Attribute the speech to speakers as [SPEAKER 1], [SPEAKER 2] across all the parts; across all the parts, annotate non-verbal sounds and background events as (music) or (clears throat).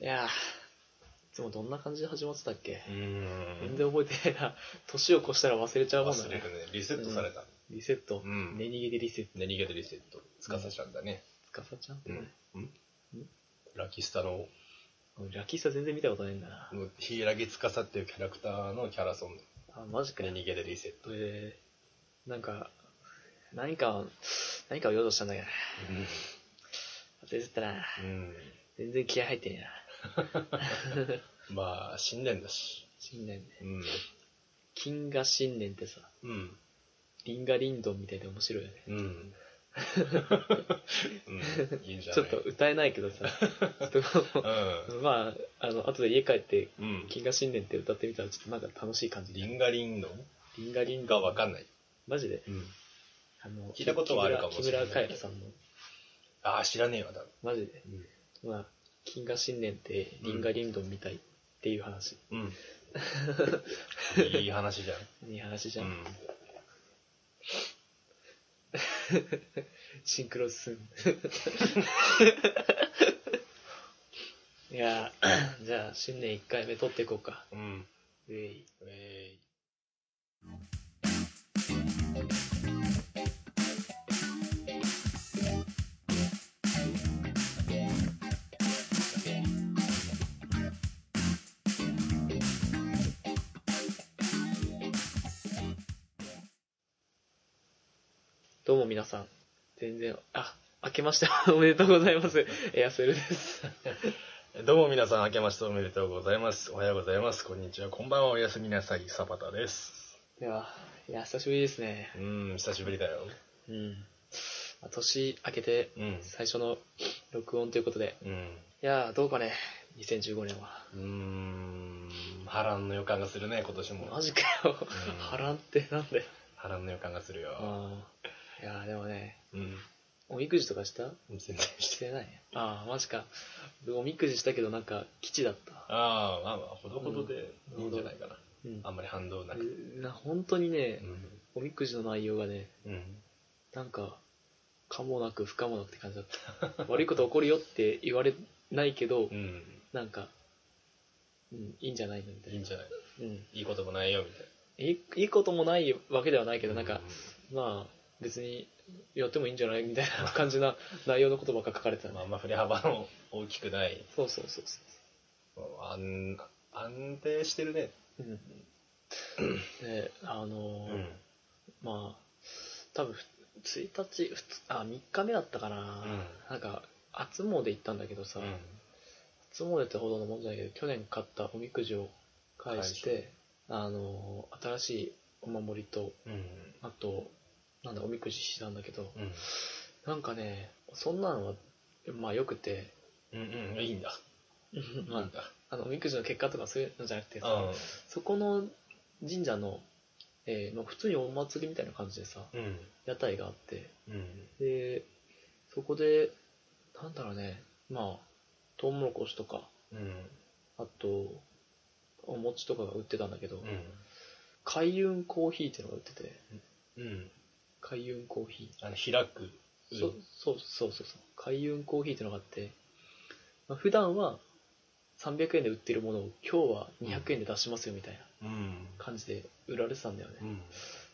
[SPEAKER 1] いやー、いつもどんな感じで始まってたっけ
[SPEAKER 2] う
[SPEAKER 1] 全
[SPEAKER 2] ん。
[SPEAKER 1] 然覚えてないな。年を越したら忘れちゃうもんだ
[SPEAKER 2] 忘れ
[SPEAKER 1] ね
[SPEAKER 2] る。ね。リセットされた。
[SPEAKER 1] リセット。
[SPEAKER 2] うん
[SPEAKER 1] 寝逃げでリセット。
[SPEAKER 2] ね、逃げてリセット。つかさちゃんだね。
[SPEAKER 1] つかさちゃんって
[SPEAKER 2] う
[SPEAKER 1] ね
[SPEAKER 2] ん。。うんラキスタの、
[SPEAKER 1] 俺ラッキーさ全然見たことないんだな。
[SPEAKER 2] 柊木つかさっていうキャラクターのキャラソン。ね、
[SPEAKER 1] あ、マジかよ。
[SPEAKER 2] 逃げてリセット。
[SPEAKER 1] えー、なんか、何かを、何かを言おうとしたんだけどな、忘れてたな。
[SPEAKER 2] うん。
[SPEAKER 1] 全然気合入ってねえな。
[SPEAKER 2] まあ、新年だし。
[SPEAKER 1] 新年ね。
[SPEAKER 2] うん。
[SPEAKER 1] 金河新年ってさ、
[SPEAKER 2] うん。
[SPEAKER 1] リンガリンドンみたいで面白いよね。
[SPEAKER 2] (laughs) うん。うん。いいんじゃ
[SPEAKER 1] ちょ
[SPEAKER 2] な
[SPEAKER 1] っ
[SPEAKER 2] い
[SPEAKER 1] と歌えない
[SPEAKER 2] (laughs)
[SPEAKER 1] けどさ、ちょっとまあ、あの、後で家帰って、
[SPEAKER 2] うん。うん。
[SPEAKER 1] 金河新年って歌ってみたら、ちょっとなんか楽しい感じで。
[SPEAKER 2] リンガリンド
[SPEAKER 1] リンガリン
[SPEAKER 2] ン
[SPEAKER 1] ド
[SPEAKER 2] が
[SPEAKER 1] ン。
[SPEAKER 2] わかんない。
[SPEAKER 1] マジで
[SPEAKER 2] うん。
[SPEAKER 1] あの
[SPEAKER 2] 聞いたことはあるかもしれな
[SPEAKER 1] 木
[SPEAKER 2] い
[SPEAKER 1] 村木村カエラさんの、
[SPEAKER 2] ああ、知らねえわ、多分。
[SPEAKER 1] マジで。まあ、金河新年って、リンガリンドンみたいっていう話。
[SPEAKER 2] うん。 (laughs) いい話じゃん。
[SPEAKER 1] いい話じゃん。
[SPEAKER 2] うん。
[SPEAKER 1] シンクロ
[SPEAKER 2] (laughs)
[SPEAKER 1] スン。いやーじゃあ、新年1回目撮っていこうか。
[SPEAKER 2] うん。
[SPEAKER 1] うえい
[SPEAKER 2] えい。
[SPEAKER 1] どうも皆さん。全然、あ、明けましておめでとうございます。エアセルです。 (laughs)
[SPEAKER 2] どうも皆さん、明けましておめでとうございます。おはようございます。こんにちは。こんばんは。おやすみなさい。サバタです。
[SPEAKER 1] では、いや、久しぶりですね。
[SPEAKER 2] うん、久しぶりだよ。
[SPEAKER 1] うん。まあ年明けて、
[SPEAKER 2] うん。
[SPEAKER 1] 最初の録音ということで。
[SPEAKER 2] うん。
[SPEAKER 1] いやー、どうかね、2015年は。
[SPEAKER 2] うーん。波乱の予感がするね、今年も
[SPEAKER 1] マ。ジかよ
[SPEAKER 2] うん。
[SPEAKER 1] 波乱ってなんだよ。
[SPEAKER 2] 波乱の予感がするよ。
[SPEAKER 1] あーいやー、でもね、
[SPEAKER 2] うん。
[SPEAKER 1] おみくじとかした
[SPEAKER 2] 全然し。
[SPEAKER 1] しててないねああ、マジか。おみくじしたけど、なんか、基地だった。
[SPEAKER 2] ああ、まあまあ、ほどほどで
[SPEAKER 1] うん
[SPEAKER 2] いいんじゃないかな。
[SPEAKER 1] うん
[SPEAKER 2] あんまり反動なく。
[SPEAKER 1] な本当にね
[SPEAKER 2] う、ん。
[SPEAKER 1] おみくじの内容がね、
[SPEAKER 2] うん。
[SPEAKER 1] なんか、可もなく不可もなくって感じだ
[SPEAKER 2] (laughs)
[SPEAKER 1] った。悪いこと起こるよって言われないけど
[SPEAKER 2] う、ん。
[SPEAKER 1] なんか、うん、いいんじゃないのみた
[SPEAKER 2] いい
[SPEAKER 1] い
[SPEAKER 2] ん
[SPEAKER 1] な。
[SPEAKER 2] じゃない
[SPEAKER 1] うん。
[SPEAKER 2] いいこともないよ、みたい
[SPEAKER 1] いい、いいこともないわけではないけど、な
[SPEAKER 2] な。
[SPEAKER 1] んか、まあ、別にやってもいいんじゃない (laughs) みたいな感じな内容のことばっか書かれてた
[SPEAKER 2] うん、
[SPEAKER 1] ね
[SPEAKER 2] まあ、あんま振れ幅の大きくない。
[SPEAKER 1] そうそうそうそ
[SPEAKER 2] 安安定してるね。
[SPEAKER 1] う。うん。で、あ
[SPEAKER 2] う
[SPEAKER 1] のーまあ、多分1日、2あ、3日目だったかな。
[SPEAKER 2] うん
[SPEAKER 1] なんか、初詣行ったんだけどさ、初詣ってほどのもんじゃないけど、去年買ったおみくじを返して、あのー新しいお守りと、
[SPEAKER 2] うん。
[SPEAKER 1] あと、なんだ、おみくじしたんだけど、
[SPEAKER 2] うん。
[SPEAKER 1] なんかね、そんなのは、まあ、よくて、
[SPEAKER 2] うん。うん。いいんだ。いい
[SPEAKER 1] まあ
[SPEAKER 2] ん、だ。
[SPEAKER 1] あの、おみくじの結果とかそういうのじゃなくてさ、
[SPEAKER 2] う
[SPEAKER 1] そこの神社の、えーまあ、普通にお祭りみたいな感じでさ、
[SPEAKER 2] ん。うん。
[SPEAKER 1] 屋台があって、
[SPEAKER 2] うん。
[SPEAKER 1] で、そこで、なんだろうね、まあ、トウモロコシとか、
[SPEAKER 2] うん。
[SPEAKER 1] あと、お餅とかが売ってたんだけど、開運コーヒーってのが売ってて、
[SPEAKER 2] うん。
[SPEAKER 1] 開運コーヒ
[SPEAKER 2] あの、開く。
[SPEAKER 1] ー。そそうそうそうそう、開運コーヒーってのがあって、まあ、普段は300円で売ってるものを今日は200円で出しますよみたいな
[SPEAKER 2] うん。
[SPEAKER 1] 感じで売られてたんだよね。
[SPEAKER 2] うん。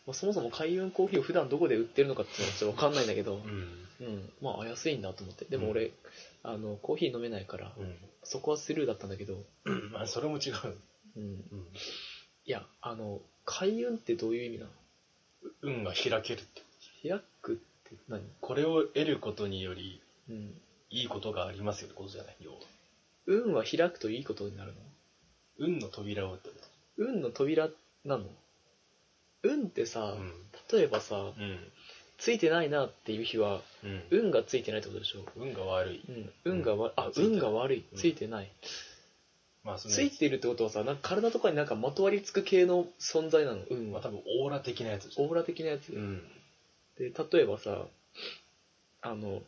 [SPEAKER 1] まあ、そもそも開運コーヒーを普段どこで売ってるのかっていうのはちょっと分かんないんだけど、
[SPEAKER 2] うん。
[SPEAKER 1] うん、まあ安いんだと思ってでも俺、あのコーヒー飲めないから、そこはスルーだったんだけど、
[SPEAKER 2] うん。まあ、それも違う。
[SPEAKER 1] うん、
[SPEAKER 2] うん。
[SPEAKER 1] いやあの開運ってどういう意味なの
[SPEAKER 2] 運が開けるって。
[SPEAKER 1] 開くって何、
[SPEAKER 2] これを得ることにより、
[SPEAKER 1] うん、
[SPEAKER 2] いいことがありますよってことじゃない。要は。
[SPEAKER 1] 運は開くといいことになるの
[SPEAKER 2] 運の扉をってこ
[SPEAKER 1] 運の扉なの運ってさ
[SPEAKER 2] と。、
[SPEAKER 1] 例えばさ
[SPEAKER 2] うん。
[SPEAKER 1] ついてないなっていう日は
[SPEAKER 2] うん。
[SPEAKER 1] 運がついてないってことでしょ、
[SPEAKER 2] 運が悪い。
[SPEAKER 1] うん、運がわ、あ
[SPEAKER 2] ついてない
[SPEAKER 1] 運が悪い
[SPEAKER 2] うん
[SPEAKER 1] ついてない、
[SPEAKER 2] まあ、その
[SPEAKER 1] つ、いてるってことはさなんか体とかになんかまとわりつく系の存在なの運
[SPEAKER 2] ま
[SPEAKER 1] は
[SPEAKER 2] あ、多分オーラ的なやつじゃん
[SPEAKER 1] オーラ的なやつ、
[SPEAKER 2] うん。
[SPEAKER 1] で例えばさあの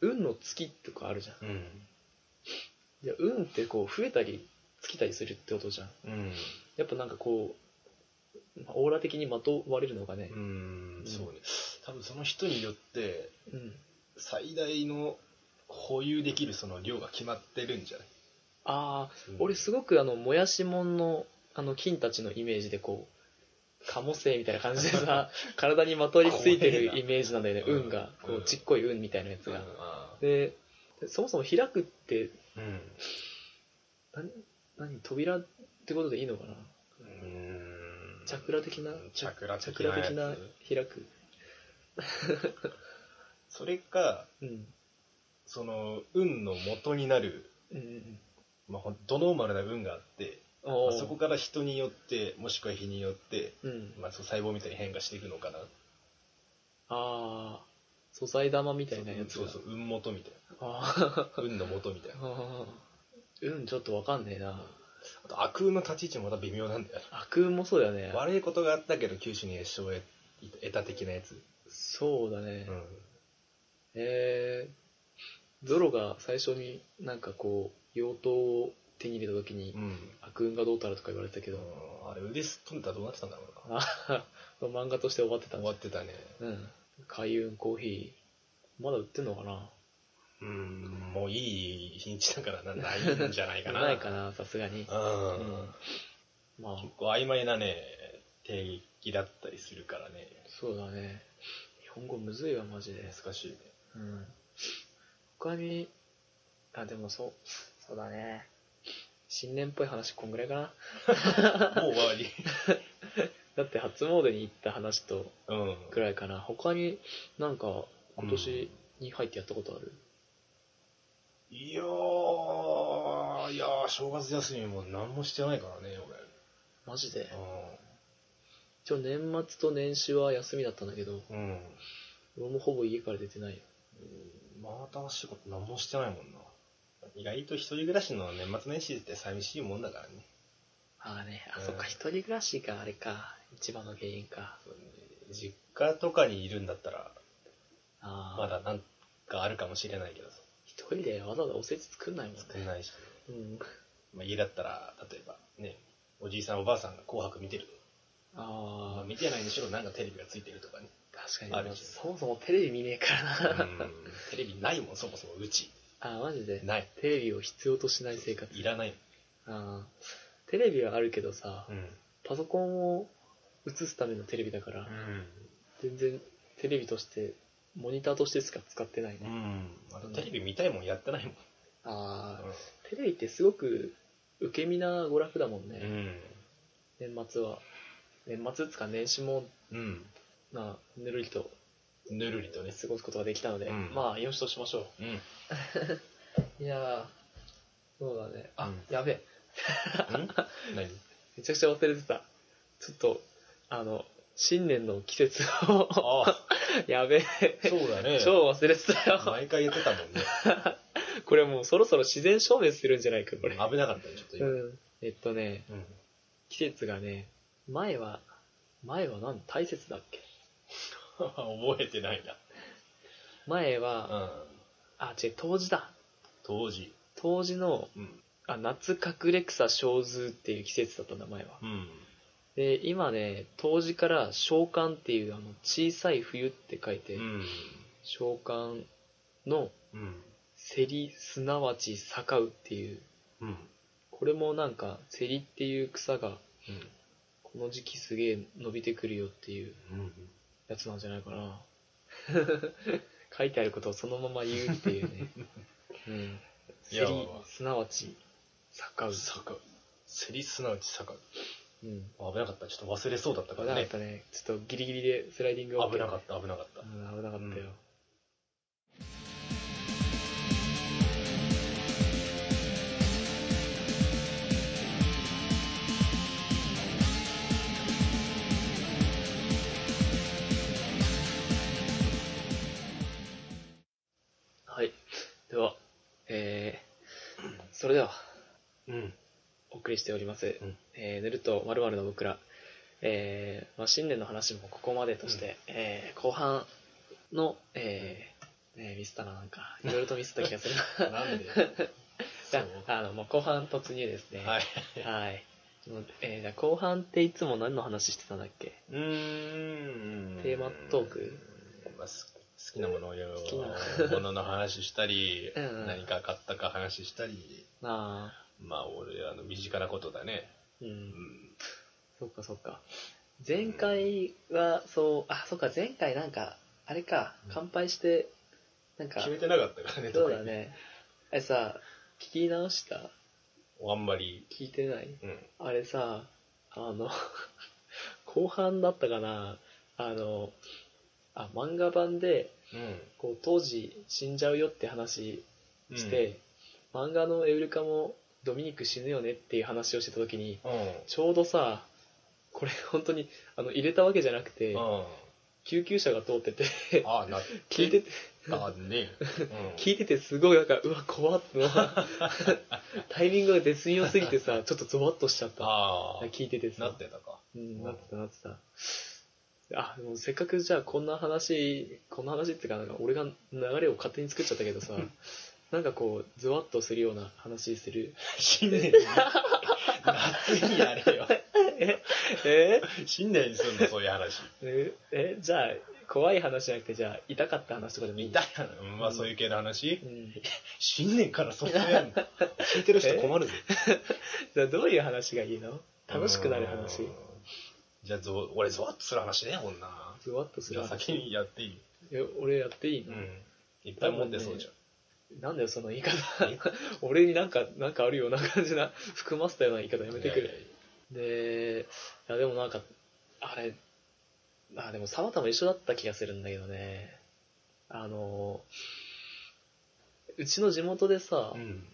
[SPEAKER 1] 運の月とかあるじゃん
[SPEAKER 2] うん。
[SPEAKER 1] じゃあ運ってこう増えたり尽きたりするってことじゃん
[SPEAKER 2] うん。
[SPEAKER 1] やっぱなんかこうまあオーラ的にまとわれるのがね
[SPEAKER 2] うん
[SPEAKER 1] う、ん
[SPEAKER 2] そうね。多分その人によって、
[SPEAKER 1] うん、
[SPEAKER 2] 最大の保有できるその量が決まってるんじゃない
[SPEAKER 1] ああ、
[SPEAKER 2] うん
[SPEAKER 1] 俺すごくあの、もやしもんの、あの、金たちのイメージでこう、カモセみたいな感じで
[SPEAKER 2] (laughs)
[SPEAKER 1] さ、体にまとわりついてるイメージなんだよね、
[SPEAKER 2] 怖えな
[SPEAKER 1] 運が。こ
[SPEAKER 2] うん
[SPEAKER 1] う、ちっこい運みたいなやつ
[SPEAKER 2] うん
[SPEAKER 1] が。
[SPEAKER 2] あ
[SPEAKER 1] で、そもそも開くって、
[SPEAKER 2] ーうん
[SPEAKER 1] 何、何、扉ってことでいいのかな
[SPEAKER 2] うーん
[SPEAKER 1] チャクラ的な
[SPEAKER 2] チャクラ
[SPEAKER 1] チ
[SPEAKER 2] 的な
[SPEAKER 1] ャクラ的な
[SPEAKER 2] やつ
[SPEAKER 1] 開く。
[SPEAKER 2] それか
[SPEAKER 1] うん。
[SPEAKER 2] その運の元になる、
[SPEAKER 1] うんうんうん。
[SPEAKER 2] まあ、ほんとノーマルな運があって、ま
[SPEAKER 1] お
[SPEAKER 2] あ、
[SPEAKER 1] ー
[SPEAKER 2] そこから人によってもしくは日によって、
[SPEAKER 1] うん。
[SPEAKER 2] まあ、そう細胞みたいに変化していくのかな
[SPEAKER 1] ああ、素材玉みたいなやつ
[SPEAKER 2] そ
[SPEAKER 1] が。
[SPEAKER 2] うそう運元みたい (laughs)
[SPEAKER 1] あ
[SPEAKER 2] な運の元みたいな
[SPEAKER 1] あ、 (laughs) うん、ちょっとわかんねえな。
[SPEAKER 2] あと悪運の立ち位置もまた微妙なんだよ
[SPEAKER 1] 悪運もそうだよね
[SPEAKER 2] な。悪いことがあったけど九州に決勝を得た的なやつ、
[SPEAKER 1] そうだね
[SPEAKER 2] う。ん、
[SPEAKER 1] えー、ゾロが最初になんかこう、妖刀を手に入れた時に、
[SPEAKER 2] うん
[SPEAKER 1] 悪運がどうたらとか言われてたけ
[SPEAKER 2] う
[SPEAKER 1] ど、 (laughs)
[SPEAKER 2] んあれ腕すっ飛んでたらどうなってたんだろうな
[SPEAKER 1] あはは漫画として終わってたん
[SPEAKER 2] 終
[SPEAKER 1] だ
[SPEAKER 2] わ。ってたね
[SPEAKER 1] うん。開運コーヒー、まだ売ってんのかな
[SPEAKER 2] うんもういい日にちだ (laughs) からなないんじゃないかな
[SPEAKER 1] ないかな、さすがに。
[SPEAKER 2] うん、
[SPEAKER 1] うんまあ、
[SPEAKER 2] 結構曖昧なね定義だったりするからね
[SPEAKER 1] そうだね。日本語むずいわ、マジで。
[SPEAKER 2] 難 (laughs) しいね
[SPEAKER 1] うん。他に、あ、でもそう、そうだね。新年っぽい話こんぐらいかな。
[SPEAKER 2] もう終わり
[SPEAKER 1] だって初詣に行った話と
[SPEAKER 2] (laughs) うん
[SPEAKER 1] ぐらいかな。他になんか今年に入ってやったことある、
[SPEAKER 2] いやーいやー正月休みも何もしてないからね
[SPEAKER 1] マジで。
[SPEAKER 2] 俺
[SPEAKER 1] 一応年末と年始は休みだったんだけど、
[SPEAKER 2] うん、うん、
[SPEAKER 1] 俺もほぼ家から出てないよ。
[SPEAKER 2] 真新しいこと何もしてないもんな意外と一人暮らしの年末年始って寂しいもんだからね
[SPEAKER 1] ああね、
[SPEAKER 2] う
[SPEAKER 1] あ、
[SPEAKER 2] ん
[SPEAKER 1] そっか、一人暮らしがあれか。一番の原因か。
[SPEAKER 2] 実家とかにいるんだったら
[SPEAKER 1] ああ、
[SPEAKER 2] まだなんかあるかもしれないけどさ
[SPEAKER 1] 一人でわざわざおせち作んないもんね。
[SPEAKER 2] 少ないし、
[SPEAKER 1] うん。 (laughs)
[SPEAKER 2] まあ、家だったら例えばねおじいさんおばあさんが「紅白」見てるま
[SPEAKER 1] あ
[SPEAKER 2] あ、
[SPEAKER 1] あ、
[SPEAKER 2] 見てないにしろなんかテレビがついてるとかね、
[SPEAKER 1] 確かに。
[SPEAKER 2] あるし
[SPEAKER 1] そもそもテレビ見ねえからな。
[SPEAKER 2] (laughs) テレビないもんそもそもうち
[SPEAKER 1] (laughs) あーマジで
[SPEAKER 2] ない
[SPEAKER 1] テレビを必要としない生活
[SPEAKER 2] いらない、
[SPEAKER 1] あーテレビはあるけどさ、
[SPEAKER 2] うん
[SPEAKER 1] パソコンを映すためのテレビだから、全然テレビとしてモニターとしてしか使ってないね、
[SPEAKER 2] あとテレビ見たいもんやってないもん、
[SPEAKER 1] あーテレビってすごく受け身な娯楽だもん
[SPEAKER 2] う
[SPEAKER 1] ね、
[SPEAKER 2] ん
[SPEAKER 1] 年末は年末っつか年始も
[SPEAKER 2] うん
[SPEAKER 1] なぬるりと
[SPEAKER 2] ぬるりとね
[SPEAKER 1] 過ごすことができたので、
[SPEAKER 2] うん
[SPEAKER 1] まあよしとしましょ
[SPEAKER 2] うん
[SPEAKER 1] ういやーそうだねあ、
[SPEAKER 2] うん
[SPEAKER 1] やべえ
[SPEAKER 2] 何
[SPEAKER 1] めちゃくちゃ忘れてた。ちょっと、あの、新年の季節を、
[SPEAKER 2] ああ
[SPEAKER 1] (laughs) やべえ、
[SPEAKER 2] (laughs) そうだね
[SPEAKER 1] 超忘れてたよ。
[SPEAKER 2] 毎回言ってたもんね
[SPEAKER 1] これもうそろそろ自然消滅するんじゃないか、これ。
[SPEAKER 2] 危なかったねちょっと今、
[SPEAKER 1] うん。えっとね、
[SPEAKER 2] うん
[SPEAKER 1] 季節がね、前は、前は何大雪だっけ
[SPEAKER 2] (laughs) 覚えてないな、
[SPEAKER 1] 前は、
[SPEAKER 2] うん、
[SPEAKER 1] あ、違う、冬至だ。
[SPEAKER 2] 当時
[SPEAKER 1] 冬至の、
[SPEAKER 2] うん、
[SPEAKER 1] あ、夏隠れ草小図っていう季節だったんだ、前は。
[SPEAKER 2] うん、
[SPEAKER 1] で、今ね、冬至から小寒っていう、あの、小さい冬って書いて、
[SPEAKER 2] うん
[SPEAKER 1] 小寒の、
[SPEAKER 2] うん
[SPEAKER 1] セリすなわち坂うっていう
[SPEAKER 2] うん
[SPEAKER 1] これもなんかセリっていう草が
[SPEAKER 2] うん
[SPEAKER 1] この時期すげえ伸びてくるよっていう
[SPEAKER 2] うん
[SPEAKER 1] やつなんじゃないかな (laughs) 書いてあることをそのまま言うっていう
[SPEAKER 2] (laughs)
[SPEAKER 1] ね、うん、
[SPEAKER 2] い
[SPEAKER 1] セ
[SPEAKER 2] や
[SPEAKER 1] リすなわち坂う、
[SPEAKER 2] 坂セリすなわち坂
[SPEAKER 1] うん、
[SPEAKER 2] 危なかったちょっと忘れそうだったか
[SPEAKER 1] 危な
[SPEAKER 2] ら
[SPEAKER 1] かった
[SPEAKER 2] ね
[SPEAKER 1] ねちょっとギリギリでスライディング、
[SPEAKER 2] 危なかったた危なかった、
[SPEAKER 1] うん、危なかったよ、はいではえー、それでは
[SPEAKER 2] うん
[SPEAKER 1] お送りしております、
[SPEAKER 2] うん
[SPEAKER 1] えーぬるっとまるの僕ら、えーまあ、新年の話もここまでとして、えー後半の、えーねミスったななんかいろいろとミスった気がする
[SPEAKER 2] (laughs) なんで
[SPEAKER 1] じゃ
[SPEAKER 2] そう
[SPEAKER 1] ああのもう後半突入ですね
[SPEAKER 2] はい
[SPEAKER 1] はいもうえーじゃあ後半っていつも何の話してたんだっけ
[SPEAKER 2] うーん
[SPEAKER 1] テーマトーク
[SPEAKER 2] まあ、す好きなものを
[SPEAKER 1] 好きな
[SPEAKER 2] ものの話したり
[SPEAKER 1] うんうん
[SPEAKER 2] 何か買ったか話したり
[SPEAKER 1] あ
[SPEAKER 2] まあ、俺らの身近なことだね。
[SPEAKER 1] う。
[SPEAKER 2] うんん。
[SPEAKER 1] そっかそっか。前回は、そう、あ、そっか、前回なんか、あれか
[SPEAKER 2] う、ん
[SPEAKER 1] 乾杯して、なんか
[SPEAKER 2] 決、めてなかったからね、
[SPEAKER 1] そう
[SPEAKER 2] 特
[SPEAKER 1] だ
[SPEAKER 2] に。
[SPEAKER 1] ね。あれさ、聞き直した
[SPEAKER 2] あんまり。
[SPEAKER 1] 聞いてない
[SPEAKER 2] うん。
[SPEAKER 1] あれさ、あの、 (laughs) 後半だったかな、あの、あ、漫画版で、こう、当時死んじゃうよって話
[SPEAKER 2] うん。
[SPEAKER 1] して、漫画のエウレカもドミニク死ぬよねっていう話をしてた時に、
[SPEAKER 2] うん。う
[SPEAKER 1] ちょうどさ、これ本当に、あの、入れたわけじゃなくて、
[SPEAKER 2] ん。
[SPEAKER 1] 救急車が通ってて、
[SPEAKER 2] ああ、なっ
[SPEAKER 1] 聞いてて、
[SPEAKER 2] たね。うん
[SPEAKER 1] 聞いててすごいなんか、うわ、怖っっての
[SPEAKER 2] (laughs)
[SPEAKER 1] はタイミングが絶妙すぎてさ、ちょっとゾワッとしちゃった。
[SPEAKER 2] ああ、
[SPEAKER 1] 聞いててさ。
[SPEAKER 2] なってたか。
[SPEAKER 1] うん、なってたなってた。あ、でもせっかくじゃあこんな話、こんな話っていうか、なんか俺が流れを勝手に作っちゃったけど
[SPEAKER 2] (laughs)
[SPEAKER 1] さ、なんかこう、ズワッとするような話す
[SPEAKER 2] (laughs)
[SPEAKER 1] る。
[SPEAKER 2] 新年に。夏にやれよ。
[SPEAKER 1] え
[SPEAKER 2] 新年にすんの、そういう話。
[SPEAKER 1] ええじゃあ、怖い話じゃなくて、じゃあ、痛かった話とかでもいい
[SPEAKER 2] みたいな。うんまあ、そういう系の話
[SPEAKER 1] う。ん。じ
[SPEAKER 2] 新年からそこやんの。聞いてる人困るぜ。
[SPEAKER 1] ゃあ、どういう話がいいの楽しくなる話
[SPEAKER 2] うん。じゃあゾ俺ゾワッとする話ねこんな
[SPEAKER 1] ズワッとす
[SPEAKER 2] じ
[SPEAKER 1] る
[SPEAKER 2] ゃあ先
[SPEAKER 1] 話。
[SPEAKER 2] にやっていい
[SPEAKER 1] え俺やっていいの、
[SPEAKER 2] んいっぱい持ってそうじ
[SPEAKER 1] なんだよ、その言い方。俺になんか、なんかあるような感じな、含ませたような言い方や
[SPEAKER 2] ゃん
[SPEAKER 1] めてくれ。
[SPEAKER 2] いやいやいや
[SPEAKER 1] で、いやでもなんか、あれ、あ、でも沢田も一緒だった気がするんだけどね。あの、うちの地元でさ、
[SPEAKER 2] うん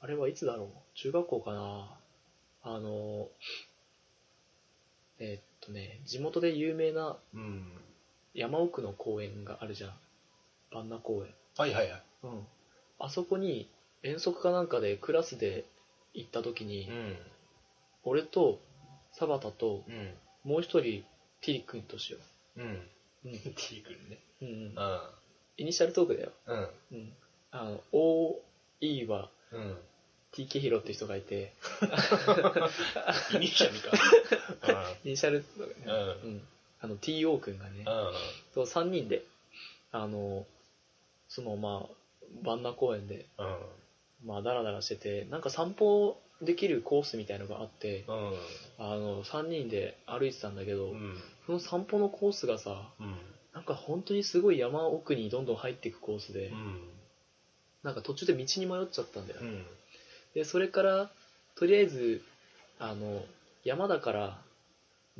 [SPEAKER 1] あれはいつだろう中学校かなあの、えっとね、地元で有名な
[SPEAKER 2] うん
[SPEAKER 1] 山奥の公園があるじゃん。万那公園。
[SPEAKER 2] はいはいはい
[SPEAKER 1] うん。あそこに遠足かなんかでクラスで行った時に、
[SPEAKER 2] ん
[SPEAKER 1] 俺と沢田と、
[SPEAKER 2] うん
[SPEAKER 1] もう一人、ティリ君としよ
[SPEAKER 2] うん
[SPEAKER 1] う。うん。
[SPEAKER 2] T 君ね
[SPEAKER 1] うんうん、
[SPEAKER 2] う
[SPEAKER 1] イニシャルトークだよ。
[SPEAKER 2] んうん
[SPEAKER 1] うん。あの、O、E は、
[SPEAKER 2] うん
[SPEAKER 1] TK ヒロって人がいて、
[SPEAKER 2] イニシャルか
[SPEAKER 1] イニシャル、
[SPEAKER 2] うんうん
[SPEAKER 1] うん。あの、TO 君がね、
[SPEAKER 2] うん
[SPEAKER 1] そう、3人で、あの、その、まあ、万那公園で、
[SPEAKER 2] うん
[SPEAKER 1] まあ、ダラダラしてて、なんか散歩できるコースみたいのがあって、
[SPEAKER 2] うん
[SPEAKER 1] あの、3人で歩いてたんだけど、
[SPEAKER 2] うん
[SPEAKER 1] その散歩のコースがさ、
[SPEAKER 2] うん
[SPEAKER 1] なんか本当にすごい山奥にどんどん入っていくコースで、
[SPEAKER 2] うん
[SPEAKER 1] なんか途中で道に迷っちゃったんだよ。
[SPEAKER 2] うん
[SPEAKER 1] で、それから、とりあえず、あの、山だから、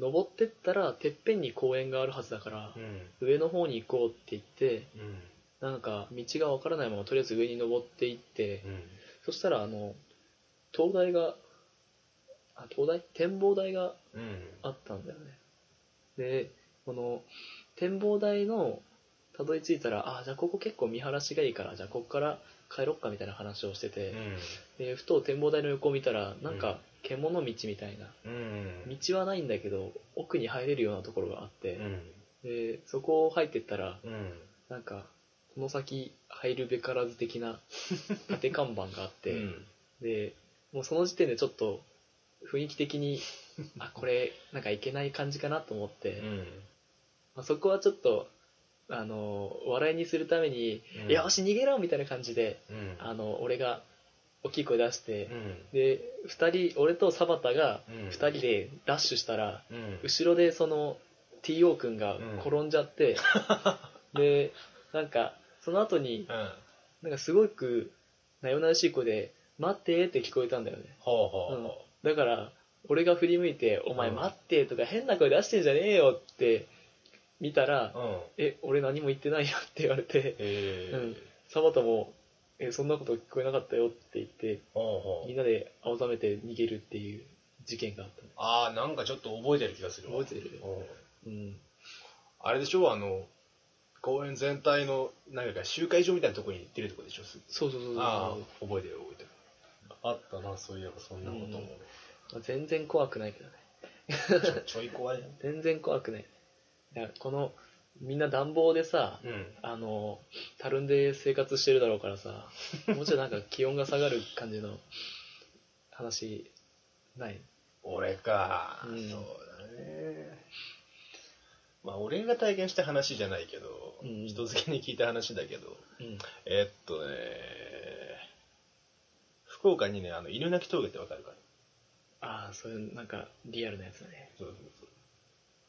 [SPEAKER 1] 登ってったら、てっぺんに公園があるはずだから、
[SPEAKER 2] うん
[SPEAKER 1] 上の方に行こうって言って、
[SPEAKER 2] うん
[SPEAKER 1] なんか、道がわからないまま、とりあえず上に登っていって、
[SPEAKER 2] うん
[SPEAKER 1] そしたら、あの、灯台が、あ、灯台展望台が
[SPEAKER 2] うん
[SPEAKER 1] あったんだよね。で、この、展望台の、たどり着いたら、あ、じゃあここ結構見晴らしがいいから、じゃあここから帰ろっかみたいな話をしてて、
[SPEAKER 2] うん
[SPEAKER 1] でふと展望台の横を見たらなん
[SPEAKER 2] うん
[SPEAKER 1] か獣道みたいな
[SPEAKER 2] うん
[SPEAKER 1] 道はないんだけど奥に入れるようなところがあって
[SPEAKER 2] う、ん
[SPEAKER 1] でそこを入ってったら
[SPEAKER 2] うん
[SPEAKER 1] なんかこの先入るべからず的
[SPEAKER 2] (laughs)
[SPEAKER 1] な縦看板があって、
[SPEAKER 2] うん
[SPEAKER 1] でもうその時点でちょっと雰囲気的にあこれなんかいけない感じかなと思って、
[SPEAKER 2] うん
[SPEAKER 1] まあ、そこはちょっとあの笑いにするために「よし逃げろ!」みたいな感じで
[SPEAKER 2] うん
[SPEAKER 1] あの俺が大きい声出して、
[SPEAKER 2] うん
[SPEAKER 1] で2人俺とサバタが
[SPEAKER 2] うん
[SPEAKER 1] 2人でダッシュしたら
[SPEAKER 2] うん
[SPEAKER 1] 後ろでその TO 君が転んじゃ
[SPEAKER 2] (laughs)
[SPEAKER 1] って、でなんかその後に
[SPEAKER 2] うん
[SPEAKER 1] なんかすごくなよなよしい声で「待って」って聞こえたんだよね
[SPEAKER 2] ほうほうほ
[SPEAKER 1] だから俺が振り向いて「お前
[SPEAKER 2] うん
[SPEAKER 1] 待って」とか変な声出してんじゃねえよって見たら
[SPEAKER 2] ううん
[SPEAKER 1] 「え俺何も言ってないよ」って言われて
[SPEAKER 2] へ
[SPEAKER 1] うん
[SPEAKER 2] え
[SPEAKER 1] サバタも「えそんなこと聞こえなかったよ」って言って
[SPEAKER 2] ほうほ
[SPEAKER 1] みん
[SPEAKER 2] う
[SPEAKER 1] なで青ざめて逃げるっていう事件があったの
[SPEAKER 2] ああなんかちょっと覚えてる気がするわ
[SPEAKER 1] 覚えてる
[SPEAKER 2] うん
[SPEAKER 1] うん
[SPEAKER 2] あれでしょあの公園全体のなんか集会所みたいなところに出るとこでしょすぐ
[SPEAKER 1] そうそうそうそう
[SPEAKER 2] ああ覚えてる覚えてるあったなそういえばそんなことも
[SPEAKER 1] まあ全然怖くないけどね
[SPEAKER 2] ちょちょい怖いな
[SPEAKER 1] 全然怖くないいやこのみんな暖房でさ
[SPEAKER 2] うん
[SPEAKER 1] あのたるんで生活してるだろうから
[SPEAKER 2] (laughs)
[SPEAKER 1] さもうちょいなんか気温が下がる感じの話ない
[SPEAKER 2] 俺か
[SPEAKER 1] うん
[SPEAKER 2] そうだねまあ俺が体験した話じゃないけど
[SPEAKER 1] うん
[SPEAKER 2] 人付けに聞いた話だけど
[SPEAKER 1] うん
[SPEAKER 2] えっとね、福岡にね、あの、犬鳴峠ってわかるかな
[SPEAKER 1] ああ、そういう、なんか、リアルなやつだね。
[SPEAKER 2] そうそうそう。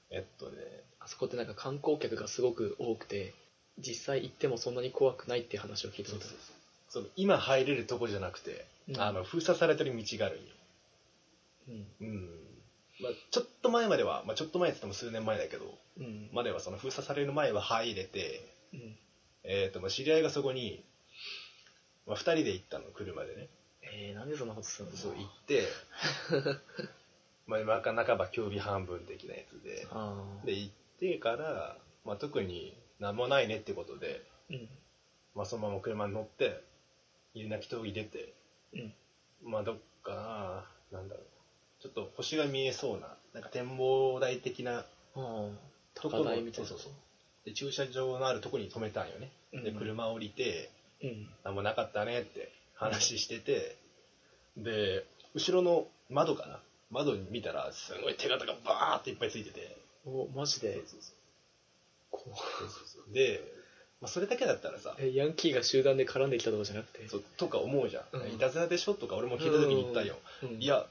[SPEAKER 2] えっとね、
[SPEAKER 1] あそこってなんか観光客がすごく多くて、実際行ってもそんなに怖くないっていう話を聞いた
[SPEAKER 2] そ
[SPEAKER 1] こと
[SPEAKER 2] う
[SPEAKER 1] あ
[SPEAKER 2] そう
[SPEAKER 1] る
[SPEAKER 2] そうその今入れるとこじゃなくて、
[SPEAKER 1] うん
[SPEAKER 2] あの、封鎖されてる道があるんよ。
[SPEAKER 1] うん。
[SPEAKER 2] うん。まあ、ちょっと前までは、まあ、ちょっと前って言っても数年前だけど、
[SPEAKER 1] うん。
[SPEAKER 2] まではその封鎖される前は入れて、
[SPEAKER 1] うん。
[SPEAKER 2] えっ、と、まあ、知り合いがそこに、まあ、二人で行ったの、車でね。
[SPEAKER 1] えー、なんでそんなことするの
[SPEAKER 2] そう、行
[SPEAKER 1] (laughs)
[SPEAKER 2] って、まあ、なかなかば興味半分的なやつで。
[SPEAKER 1] ああ。
[SPEAKER 2] で、行ってから、まあ、特になんもないねってことで、
[SPEAKER 1] うん。
[SPEAKER 2] まあ、そのまま車に乗って、犬鳴峠出て、
[SPEAKER 1] うん。
[SPEAKER 2] まあ、どっかな、なんだろう。ちょっと星が見えそうな、なんか展望台的な
[SPEAKER 1] ああ。
[SPEAKER 2] と
[SPEAKER 1] 高
[SPEAKER 2] ころ
[SPEAKER 1] 台みたいな。
[SPEAKER 2] そうそうそうで駐車場のあるとこに止めたんよね。で、
[SPEAKER 1] うん
[SPEAKER 2] 車降りて、
[SPEAKER 1] うん。
[SPEAKER 2] なんもなかったねって話してて、で、後ろの窓かな。窓に見たら、すごい手形がバーっていっぱいついてて。
[SPEAKER 1] お、マジで、
[SPEAKER 2] そうそう
[SPEAKER 1] こう。 (laughs)
[SPEAKER 2] そうそうそうで、まあ、それだけだったらさ、
[SPEAKER 1] えヤンキーが集団で絡んできたとかじゃなくて
[SPEAKER 2] そうとか思うじゃん、
[SPEAKER 1] うん
[SPEAKER 2] いたずらでしょとか俺も聞いた時に言ったんよ、
[SPEAKER 1] うん
[SPEAKER 2] いや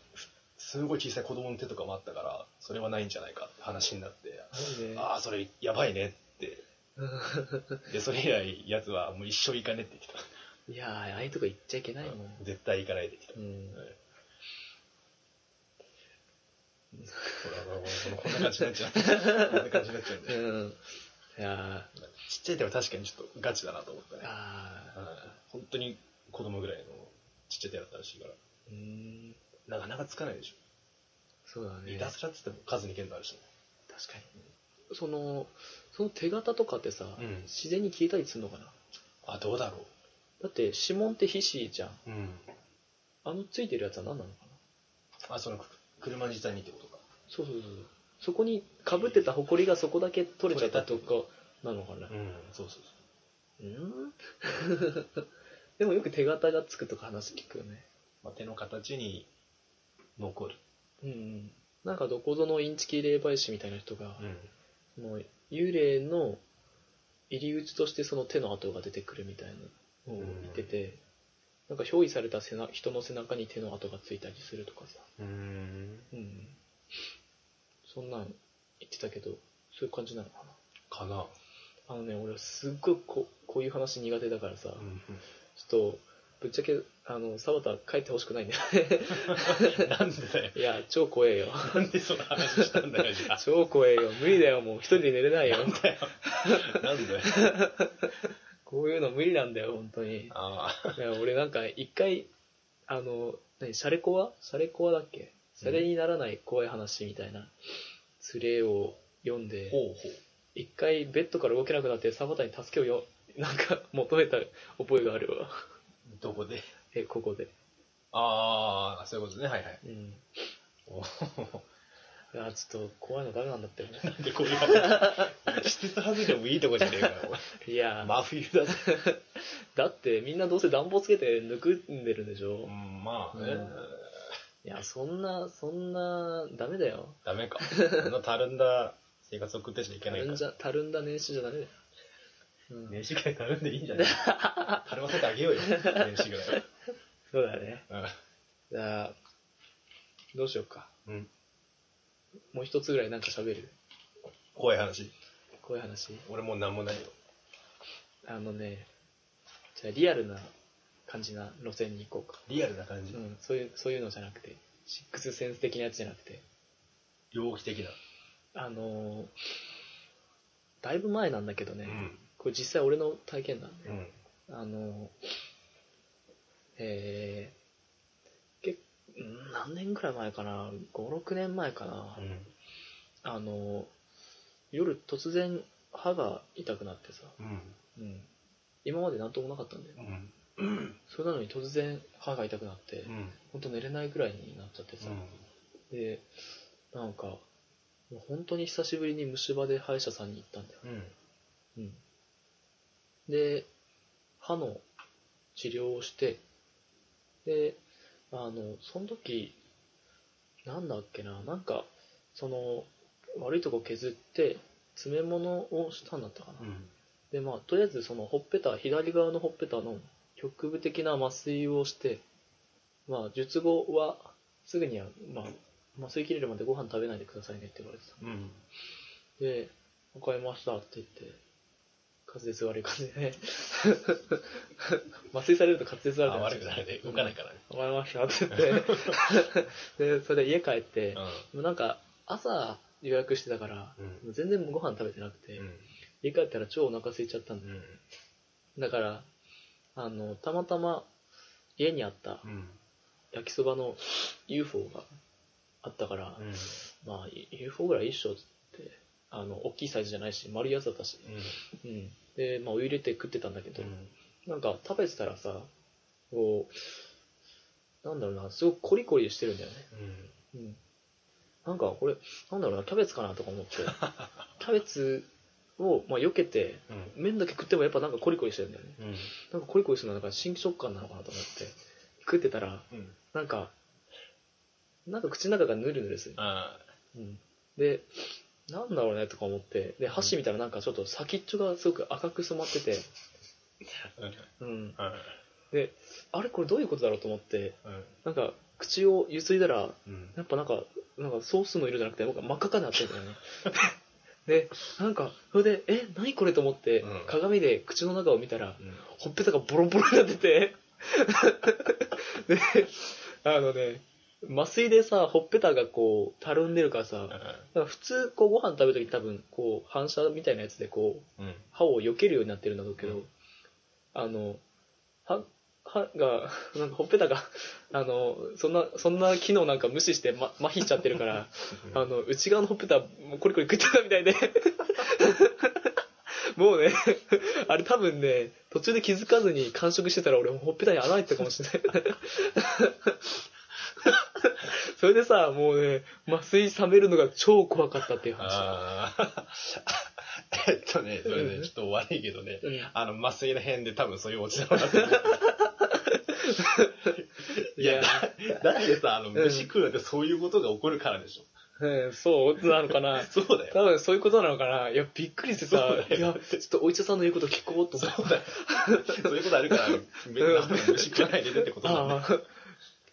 [SPEAKER 2] すごい小さい子供の手とかもあったからそれはないんじゃないかって話になって、
[SPEAKER 1] なんで
[SPEAKER 2] ああそれやばいねってでそれ以来やつはもう一生行かねって言って
[SPEAKER 1] いやーああいうとこ行っちゃいけ
[SPEAKER 2] た、
[SPEAKER 1] ないもん、
[SPEAKER 2] 絶対行かないで来た、
[SPEAKER 1] う
[SPEAKER 2] うん
[SPEAKER 1] ん
[SPEAKER 2] ほらほらほらこんな感じになっちゃうこんな感じになっちゃうん
[SPEAKER 1] う
[SPEAKER 2] で
[SPEAKER 1] んいや
[SPEAKER 2] ちっちゃい手は確かにちょっとガチだなと思ったね
[SPEAKER 1] ー、あ
[SPEAKER 2] うん本当に子供ぐらいのちっちゃい手だったらしいから
[SPEAKER 1] ーうん
[SPEAKER 2] なかなかつかないでし
[SPEAKER 1] そうだ
[SPEAKER 2] ょ。
[SPEAKER 1] ね
[SPEAKER 2] いたずらっつっても数に限度あるしね。
[SPEAKER 1] 確かにそのその手形とかってさ、
[SPEAKER 2] うん
[SPEAKER 1] 自然に消えたりするのかな
[SPEAKER 2] あ、どうだろ
[SPEAKER 1] だって指紋って皮脂じゃん
[SPEAKER 2] う。うん。
[SPEAKER 1] あのついてるやつは何なのかな
[SPEAKER 2] あ、そのく車自体にってことか。
[SPEAKER 1] そうそうそうそうそこにかぶってたホコリがそこだけ取れちゃったとかなのかな
[SPEAKER 2] うん、そうそ
[SPEAKER 1] う
[SPEAKER 2] う
[SPEAKER 1] ん (laughs) でもよく手形がつくとか話聞くよね
[SPEAKER 2] まあ、手の形に残る。
[SPEAKER 1] うんうん、なんかどこぞのインチキ霊媒師みたいな人が、
[SPEAKER 2] ん。
[SPEAKER 1] もう幽霊の入り口としてその手の跡が出てくるみたいなのを言ってて、なんか憑依された背な人の背中に手の跡がついたりするとかさ、
[SPEAKER 2] うん。
[SPEAKER 1] うん、そんなん言ってたけどそういう感じなのか
[SPEAKER 2] かな。
[SPEAKER 1] なあのね俺はすっごいここういう話苦手だからさ、
[SPEAKER 2] うん。
[SPEAKER 1] ちょっとぶっちゃけあの澤田帰ってほしくないんだよ
[SPEAKER 2] (laughs)
[SPEAKER 1] ね
[SPEAKER 2] なんでだよ。
[SPEAKER 1] いや超怖えよ
[SPEAKER 2] なんでその話したんだよ、じゃあ。
[SPEAKER 1] 超怖
[SPEAKER 2] (laughs)
[SPEAKER 1] えよ無理だよもう一人で寝れないよ
[SPEAKER 2] なん (laughs) だよ。
[SPEAKER 1] こういうの無理なんだよ、本当に。
[SPEAKER 2] あ
[SPEAKER 1] い
[SPEAKER 2] あ。
[SPEAKER 1] や俺なんか一回、あの、何、シャレコアシャレコアだっけシャレにならない怖い話みたいな、つれを読んで、
[SPEAKER 2] ほう
[SPEAKER 1] 一回ベッドから動けなくなって、サバタに助けをよ、なんか求めた覚えがあるわ。
[SPEAKER 2] ほう。どこで
[SPEAKER 1] え、ここで。
[SPEAKER 2] ああ、そういうことね。はいはい。
[SPEAKER 1] うん。
[SPEAKER 2] おー
[SPEAKER 1] あ、ちょっと怖いのダメなんだって。
[SPEAKER 2] なん (laughs) でこういう話。季節外れでもいいとこじゃねえかよ
[SPEAKER 1] いや、
[SPEAKER 2] (laughs) 真冬だぜ。
[SPEAKER 1] だってみんなどうせ暖房つけてぬくんでるんでしょ、
[SPEAKER 2] う
[SPEAKER 1] い
[SPEAKER 2] ん、まあね。
[SPEAKER 1] うんや、そんな、そんな、ダメだよ。
[SPEAKER 2] ダメか。そんなたるんだ生活を送ってちゃいけ
[SPEAKER 1] た
[SPEAKER 2] ない
[SPEAKER 1] る
[SPEAKER 2] か
[SPEAKER 1] んじ
[SPEAKER 2] ら。
[SPEAKER 1] ゃ、たるんだ年収じゃダメだよ。うん
[SPEAKER 2] 年始ぐらいたるんでいいんじ (laughs) ゃないたるませてあげようよ。年始ぐらい
[SPEAKER 1] そうだね。
[SPEAKER 2] は。
[SPEAKER 1] じゃあ、どうしようか。
[SPEAKER 2] うん。うん
[SPEAKER 1] もう一つぐらいなんか喋る。
[SPEAKER 2] 怖い話。
[SPEAKER 1] こういう話。
[SPEAKER 2] 俺もうなんもないよ。
[SPEAKER 1] あのね、じゃあリアルな感じな路線に行こうか。
[SPEAKER 2] リアルな感じ
[SPEAKER 1] う。ん、そういう、そういうのじゃなくて、シックスセンス的なやつじゃなくて、
[SPEAKER 2] 猟奇的な。
[SPEAKER 1] あのーだいぶ前なんだけどね、
[SPEAKER 2] うん
[SPEAKER 1] これ実際俺の体験なんで、
[SPEAKER 2] うん。
[SPEAKER 1] あのーえー、けうん何年ぐらい前かな、5、6年前かな、あの夜突然歯が痛くなってさ、
[SPEAKER 2] うん。
[SPEAKER 1] うん、今まで何ともなかったんだよ
[SPEAKER 2] うん。
[SPEAKER 1] それなのに突然歯が痛くなって、
[SPEAKER 2] うん。うん。
[SPEAKER 1] ほんと寝れないぐらいになっちゃってさ、でなんかもう本当に久しぶりに虫歯で歯医者さんに行ったんだよ、
[SPEAKER 2] うん。
[SPEAKER 1] うん、で歯の治療をしてであのその時なんだっけななんかその悪いとこ削って詰め物をしたんだったかな、
[SPEAKER 2] うん。
[SPEAKER 1] でまあとりあえずそのほっぺた左側のほっぺたの局部的な麻酔をしてまあ、術後は、すぐには、まあ、まあ、吸い切れるまでご飯食べないでくださいねって言われてた。
[SPEAKER 2] うん。
[SPEAKER 1] で、わかりましたって言って、滑舌悪い感じでね。 (laughs) 麻酔されると滑舌
[SPEAKER 2] あ
[SPEAKER 1] 悪くなっちゃう
[SPEAKER 2] 悪くなるね。動かないからね。
[SPEAKER 1] わかりましたって言
[SPEAKER 2] (laughs)
[SPEAKER 1] って、で、それで家帰って、もうなんか、朝予約してたから、
[SPEAKER 2] うん。
[SPEAKER 1] もう全然ご飯食べてなくて、家帰ったら超お腹空いちゃったん
[SPEAKER 2] う
[SPEAKER 1] だよ。
[SPEAKER 2] ん。
[SPEAKER 1] だから、あの、たまたま家にあった
[SPEAKER 2] うん。
[SPEAKER 1] 焼きそばの UFO があったから、
[SPEAKER 2] うん。
[SPEAKER 1] まあ、UFO ぐらいいいっしょっつって、あの、大きいサイズじゃないし、丸いやつだったし、うん。で、まあ、お湯入れて食ってたんだけど、なんか食べてたらさ、こう、なんだろうな、すごくコリコリしてるんだよね。うん。なんかこれ、なんだろうな、キャベツかなとか思 (laughs) って、キャベツを、まあ、避けて、麺だけ食ってもやっぱなんかコリコリしてるんだよね。
[SPEAKER 2] うん。
[SPEAKER 1] なんかコリコリするのはなんか新食感なのかなと思って、食ってたら、
[SPEAKER 2] うん。
[SPEAKER 1] なんか、なんか口の中がヌルヌルする。
[SPEAKER 2] あ
[SPEAKER 1] うん。で、なんだろうねとか思って、で、箸見たらなんかちょっと先っちょがすごく赤く染まってて、うん。
[SPEAKER 2] あ。
[SPEAKER 1] で、あれこれどういうことだろうと思って、
[SPEAKER 2] うん。
[SPEAKER 1] なんか口をゆすいだら、
[SPEAKER 2] うん。
[SPEAKER 1] やっぱなんか、なんかソースの色じゃなくて、なんか真っ赤かになってるん
[SPEAKER 2] (laughs)
[SPEAKER 1] だよね。で、なんか、それで、え、何これと思って、
[SPEAKER 2] うん
[SPEAKER 1] 鏡で口の中を見たら、ほっぺたがボロボロになってて、 (laughs) で、あのね、麻酔でさ、ほっぺたがこう、たるんでるからさ、だから普通、こう、ご飯食べるとき多分、こう、反射みたいなやつで、こう、
[SPEAKER 2] うん。
[SPEAKER 1] 歯を避けるようになってるんだろうけど、
[SPEAKER 2] うん
[SPEAKER 1] あの、歯、歯が、 (laughs) なんかほっぺたが、あの、そんな、そんな機能なんか無視して、ま、麻痺しちゃってるから、あの、内側のほっぺた、もうコリコリ食ってたみたいで、 (laughs) もうね、 (laughs) あれ多分ね、途中で気づかずに完食してたら俺もうほっぺたに穴開いてたかもしれない。 (laughs) それでさ、もうね、麻酔冷めるのが超怖かったっていう話。
[SPEAKER 2] ああ。えっとね、それね、ちょっと悪いけどね。
[SPEAKER 1] うん
[SPEAKER 2] あの、麻酔の辺で多分そういうオチだろうなって。いや、だだってさ、あの、飯食うなんてそういうことが起こるからでしょ。
[SPEAKER 1] うん、そうなのかな。
[SPEAKER 2] そうだよ。
[SPEAKER 1] 多分そういうことなのかな。いや、びっくりしてさ
[SPEAKER 2] そう、だ
[SPEAKER 1] い
[SPEAKER 2] よ
[SPEAKER 1] や、ちょっとお医者さんの言うこと聞こうと思って。
[SPEAKER 2] そうだよ。そういうことあるから、飯食わないでねってことなんだよ。
[SPEAKER 1] ああ。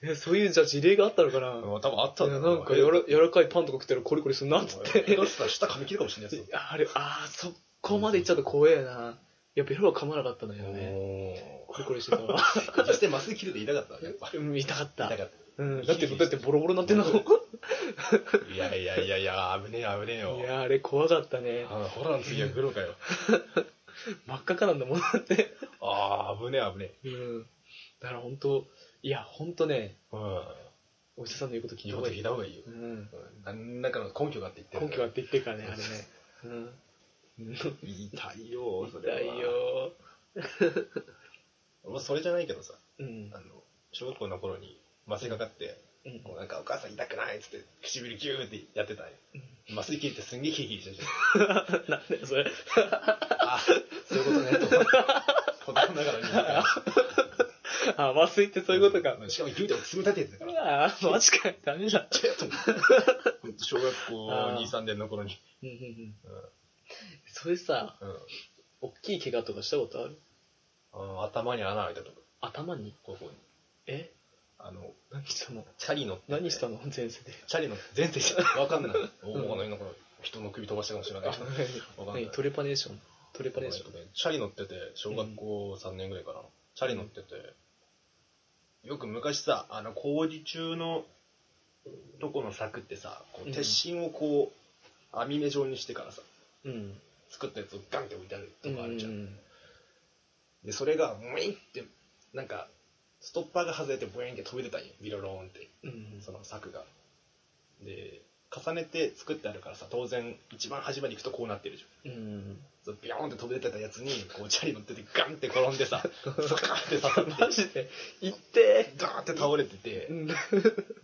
[SPEAKER 1] えそういう、じゃあ事例があったのかな。
[SPEAKER 2] 多分あった
[SPEAKER 1] いやなんか柔ら柔らかいパンとか食ったらコリコリするなっつっ
[SPEAKER 2] え
[SPEAKER 1] て。
[SPEAKER 2] だってさ、下噛み切るかもしれないですよ。
[SPEAKER 1] あれ、ああ、そこまで行っちゃうと怖えな。いや、ベロは噛まなかったのよね。
[SPEAKER 2] お
[SPEAKER 1] コリコリしてたわ。
[SPEAKER 2] (laughs) ー実際麻酔切るで痛かったわ、やっぱ。
[SPEAKER 1] うん痛かった
[SPEAKER 2] 痛。かっ
[SPEAKER 1] うん、だって、だってボロボロになってんの。
[SPEAKER 2] た。いやいやいやいや、危ねえ危ねえよ。
[SPEAKER 1] いや、あれ怖かったね。
[SPEAKER 2] あホラーの次はグロかよ。
[SPEAKER 1] 真っ赤かなんだもんだって。
[SPEAKER 2] ああ、危ねえ危ねえ。
[SPEAKER 1] うん。だから本当いや、本当ね、
[SPEAKER 2] うん。
[SPEAKER 1] お医者さんの言うこと聞い
[SPEAKER 2] 言
[SPEAKER 1] た
[SPEAKER 2] う
[SPEAKER 1] 方
[SPEAKER 2] こ
[SPEAKER 1] が
[SPEAKER 2] と
[SPEAKER 1] い
[SPEAKER 2] 聞
[SPEAKER 1] い
[SPEAKER 2] い。た方がいいよ
[SPEAKER 1] う。ん。
[SPEAKER 2] 何らかの根拠があって言ってる。
[SPEAKER 1] 根拠があって言ってるからね、あれね。うん。
[SPEAKER 2] 痛いよ、それは。
[SPEAKER 1] 痛い。よ。
[SPEAKER 2] 俺もそれじゃ (laughs) ないけどさ、
[SPEAKER 1] うん
[SPEAKER 2] あ。の、小学校の頃に麻酔かかって、
[SPEAKER 1] うん
[SPEAKER 2] もうなんかお母さん痛くないっつって唇ギューってやってたんよ。麻酔切ってすんげえヒリヒリしてるじゃん。
[SPEAKER 1] なんだよ、それ。
[SPEAKER 2] あ、そういうことね、と思って。子供だから見たから
[SPEAKER 1] (laughs) あ、麻酔ってそういうことか。
[SPEAKER 2] しかも言うてもつむたててたから。
[SPEAKER 1] ああ、マジかよ、ダメだ。 (laughs)
[SPEAKER 2] ほんと小学校
[SPEAKER 1] あー
[SPEAKER 2] 2、3年の頃に。
[SPEAKER 1] うんうんうん
[SPEAKER 2] う
[SPEAKER 1] それさ、
[SPEAKER 2] ん。うん
[SPEAKER 1] 大きい怪我とかしたことある
[SPEAKER 2] あー頭に穴開いたとか、
[SPEAKER 1] 頭に
[SPEAKER 2] ここに。
[SPEAKER 1] え
[SPEAKER 2] あの、
[SPEAKER 1] 何したの
[SPEAKER 2] チャリ乗ってて。
[SPEAKER 1] 何したの前世で。
[SPEAKER 2] チャリの前世じ (laughs) ゃわかんない。おお、なんか人の首飛ばしたかもしれないけど。わかんない
[SPEAKER 1] 何トレパネーション。トレパネーション。
[SPEAKER 2] チャリ乗ってて、小学校3年ぐらいかな。チャリ乗ってて、よく昔さ、あの、工事中のとこの柵ってさ、こ
[SPEAKER 1] う
[SPEAKER 2] うん鉄心をこう、網目状にしてからさ、
[SPEAKER 1] うん。
[SPEAKER 2] 作ったやつをガンって置いてあるとかあるじゃん。
[SPEAKER 1] ん。
[SPEAKER 2] で、それが、ウィンって、なんか、ストッパーが外れて、ブイーンって飛び出たんよ。ビロローンって、
[SPEAKER 1] うん
[SPEAKER 2] その柵が。で、重ねて作ってあるからさ、当然、一番端まで行くとこうなってるじゃん。 (laughs)
[SPEAKER 1] うん。
[SPEAKER 2] そうビヨーンって飛び出てたやつに、こう、チャリ乗ってて、ガンって転ん
[SPEAKER 1] (laughs)
[SPEAKER 2] でさ、そカーって刺さって、
[SPEAKER 1] マジで、行って
[SPEAKER 2] ドーンって倒れて
[SPEAKER 1] う
[SPEAKER 2] て、 (laughs)
[SPEAKER 1] ん。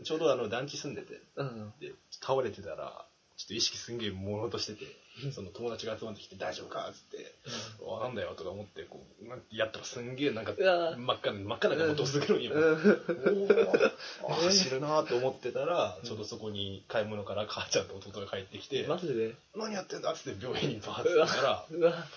[SPEAKER 2] ちょうどあの、団地住んでて、
[SPEAKER 1] うん。
[SPEAKER 2] で、倒れてたら、ちょっと意識すんげえ朦朧としてて、その友達が集まってきて、大丈夫かっつって、わなんだよとか思って、こう、なんてやったらすんげえなんか、
[SPEAKER 1] うわー
[SPEAKER 2] 真っ赤な、真っ赤な顔どす黒いよ。お
[SPEAKER 1] うん
[SPEAKER 2] ーあ
[SPEAKER 1] えー
[SPEAKER 2] 走るなーと思ってたら、ちょうどそこに買い物から母ちゃんと弟が帰ってきて、
[SPEAKER 1] マジで
[SPEAKER 2] 何やってんだっつって病院にバーって行ったら、
[SPEAKER 1] うわ。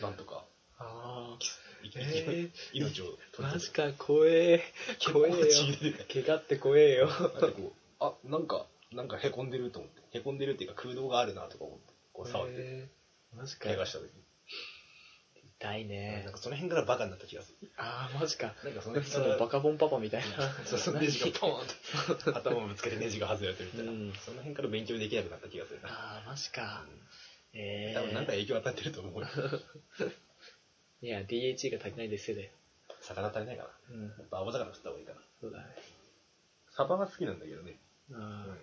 [SPEAKER 2] なんとか
[SPEAKER 1] ああ。
[SPEAKER 2] いき
[SPEAKER 1] え
[SPEAKER 2] 命を
[SPEAKER 1] ー、
[SPEAKER 2] 取り
[SPEAKER 1] マ
[SPEAKER 2] 留
[SPEAKER 1] ジか、怖え。怖えよ。
[SPEAKER 2] めて
[SPEAKER 1] 怪我って怖えよ。
[SPEAKER 2] だってこうあなんかなんかへこんでると思ってへこんでるっていうか空洞があるなとか思ってこう触って
[SPEAKER 1] えーマジか
[SPEAKER 2] 怪。我した時
[SPEAKER 1] 痛いね
[SPEAKER 2] なん。かその辺からバカになった気がする
[SPEAKER 1] ああ、マジか。
[SPEAKER 2] なんかその辺
[SPEAKER 1] そ
[SPEAKER 2] から
[SPEAKER 1] のバカボンパパみたい
[SPEAKER 2] (laughs) そうそう
[SPEAKER 1] な。
[SPEAKER 2] ネジがポーンと頭をぶつけてネジが外れてるみたいな、
[SPEAKER 1] うん
[SPEAKER 2] その辺から勉強できなくなった気がするな、
[SPEAKER 1] ああ、マジか。
[SPEAKER 2] う
[SPEAKER 1] え
[SPEAKER 2] ん
[SPEAKER 1] え
[SPEAKER 2] 多分なんか影響当たってると (laughs) 思うよ
[SPEAKER 1] いや、DHE が足りないですよね。
[SPEAKER 2] 魚足りないかな
[SPEAKER 1] うん、
[SPEAKER 2] やっぱ青魚食った方がいいかな
[SPEAKER 1] そうだね。
[SPEAKER 2] サバが好きなんだけどね、
[SPEAKER 1] ああ、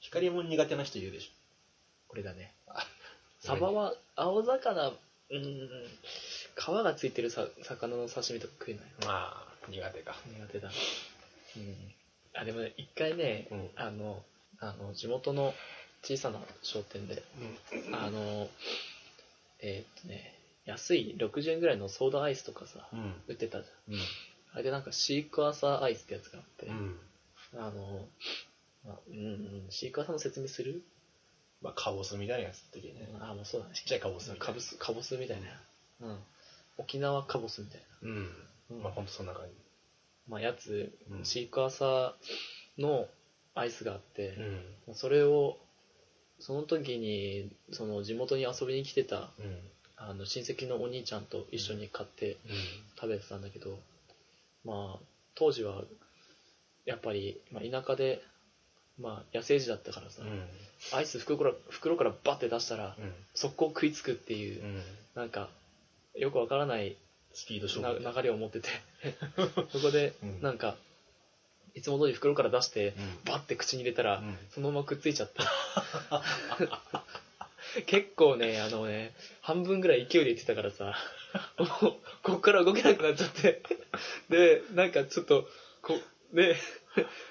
[SPEAKER 2] 光もん苦手な人いるでしょ
[SPEAKER 1] これだね
[SPEAKER 2] あ。
[SPEAKER 1] サバは、青魚、うーん、皮がついてるさ魚の刺身とか食えない
[SPEAKER 2] まあ苦手か
[SPEAKER 1] 苦手だ。うん。あ、でもね、一回ね、
[SPEAKER 2] うん
[SPEAKER 1] あの、あの、地元の小さな商店で、あの、えーっとね、安い60円ぐらいのソーダアイスとかさ、
[SPEAKER 2] うんうん
[SPEAKER 1] 売ってたじゃん。
[SPEAKER 2] うん
[SPEAKER 1] あれでなんかシークワーサーアイスってやつがあって、
[SPEAKER 2] うん
[SPEAKER 1] あの、まあ、うんうん、シークワーサーの説明する
[SPEAKER 2] まあカボスみたいなやつ的にね
[SPEAKER 1] あ、もうそうだね。
[SPEAKER 2] ちっちゃいカボスみたいな
[SPEAKER 1] カブス、カボスみたいな。うん。沖縄カボスみたい
[SPEAKER 2] うん
[SPEAKER 1] な。うん
[SPEAKER 2] まあほんとそんな感
[SPEAKER 1] まあ、やつ、
[SPEAKER 2] じうん
[SPEAKER 1] シークワーサーのアイスがあって、
[SPEAKER 2] うん
[SPEAKER 1] まあそれを、その時に、その地元に遊びに来てた、
[SPEAKER 2] うん
[SPEAKER 1] あの、親戚のお兄ちゃんと一緒に買って食べてたんだけど、まあ、当時は、やっぱり、まあ、田舎で、まあ、野生児だったからさ、
[SPEAKER 2] うんうん
[SPEAKER 1] アイス袋から袋からバッて出したら、速攻食いつくっていう、
[SPEAKER 2] うんうん
[SPEAKER 1] なんか、よくわからない
[SPEAKER 2] スピード勝
[SPEAKER 1] な
[SPEAKER 2] 負
[SPEAKER 1] 流れを持
[SPEAKER 2] (laughs)
[SPEAKER 1] ってて、そこで
[SPEAKER 2] う、ん
[SPEAKER 1] なんか、いつも通り袋から出して、
[SPEAKER 2] うん
[SPEAKER 1] バッて口に入れたら、
[SPEAKER 2] うん
[SPEAKER 1] そのままくっついちゃった。結構ね、あのね、半分ぐらい勢いで言ってたからさ、もう、こっから動けなくなっちゃって、で、なんかちょっと、こで、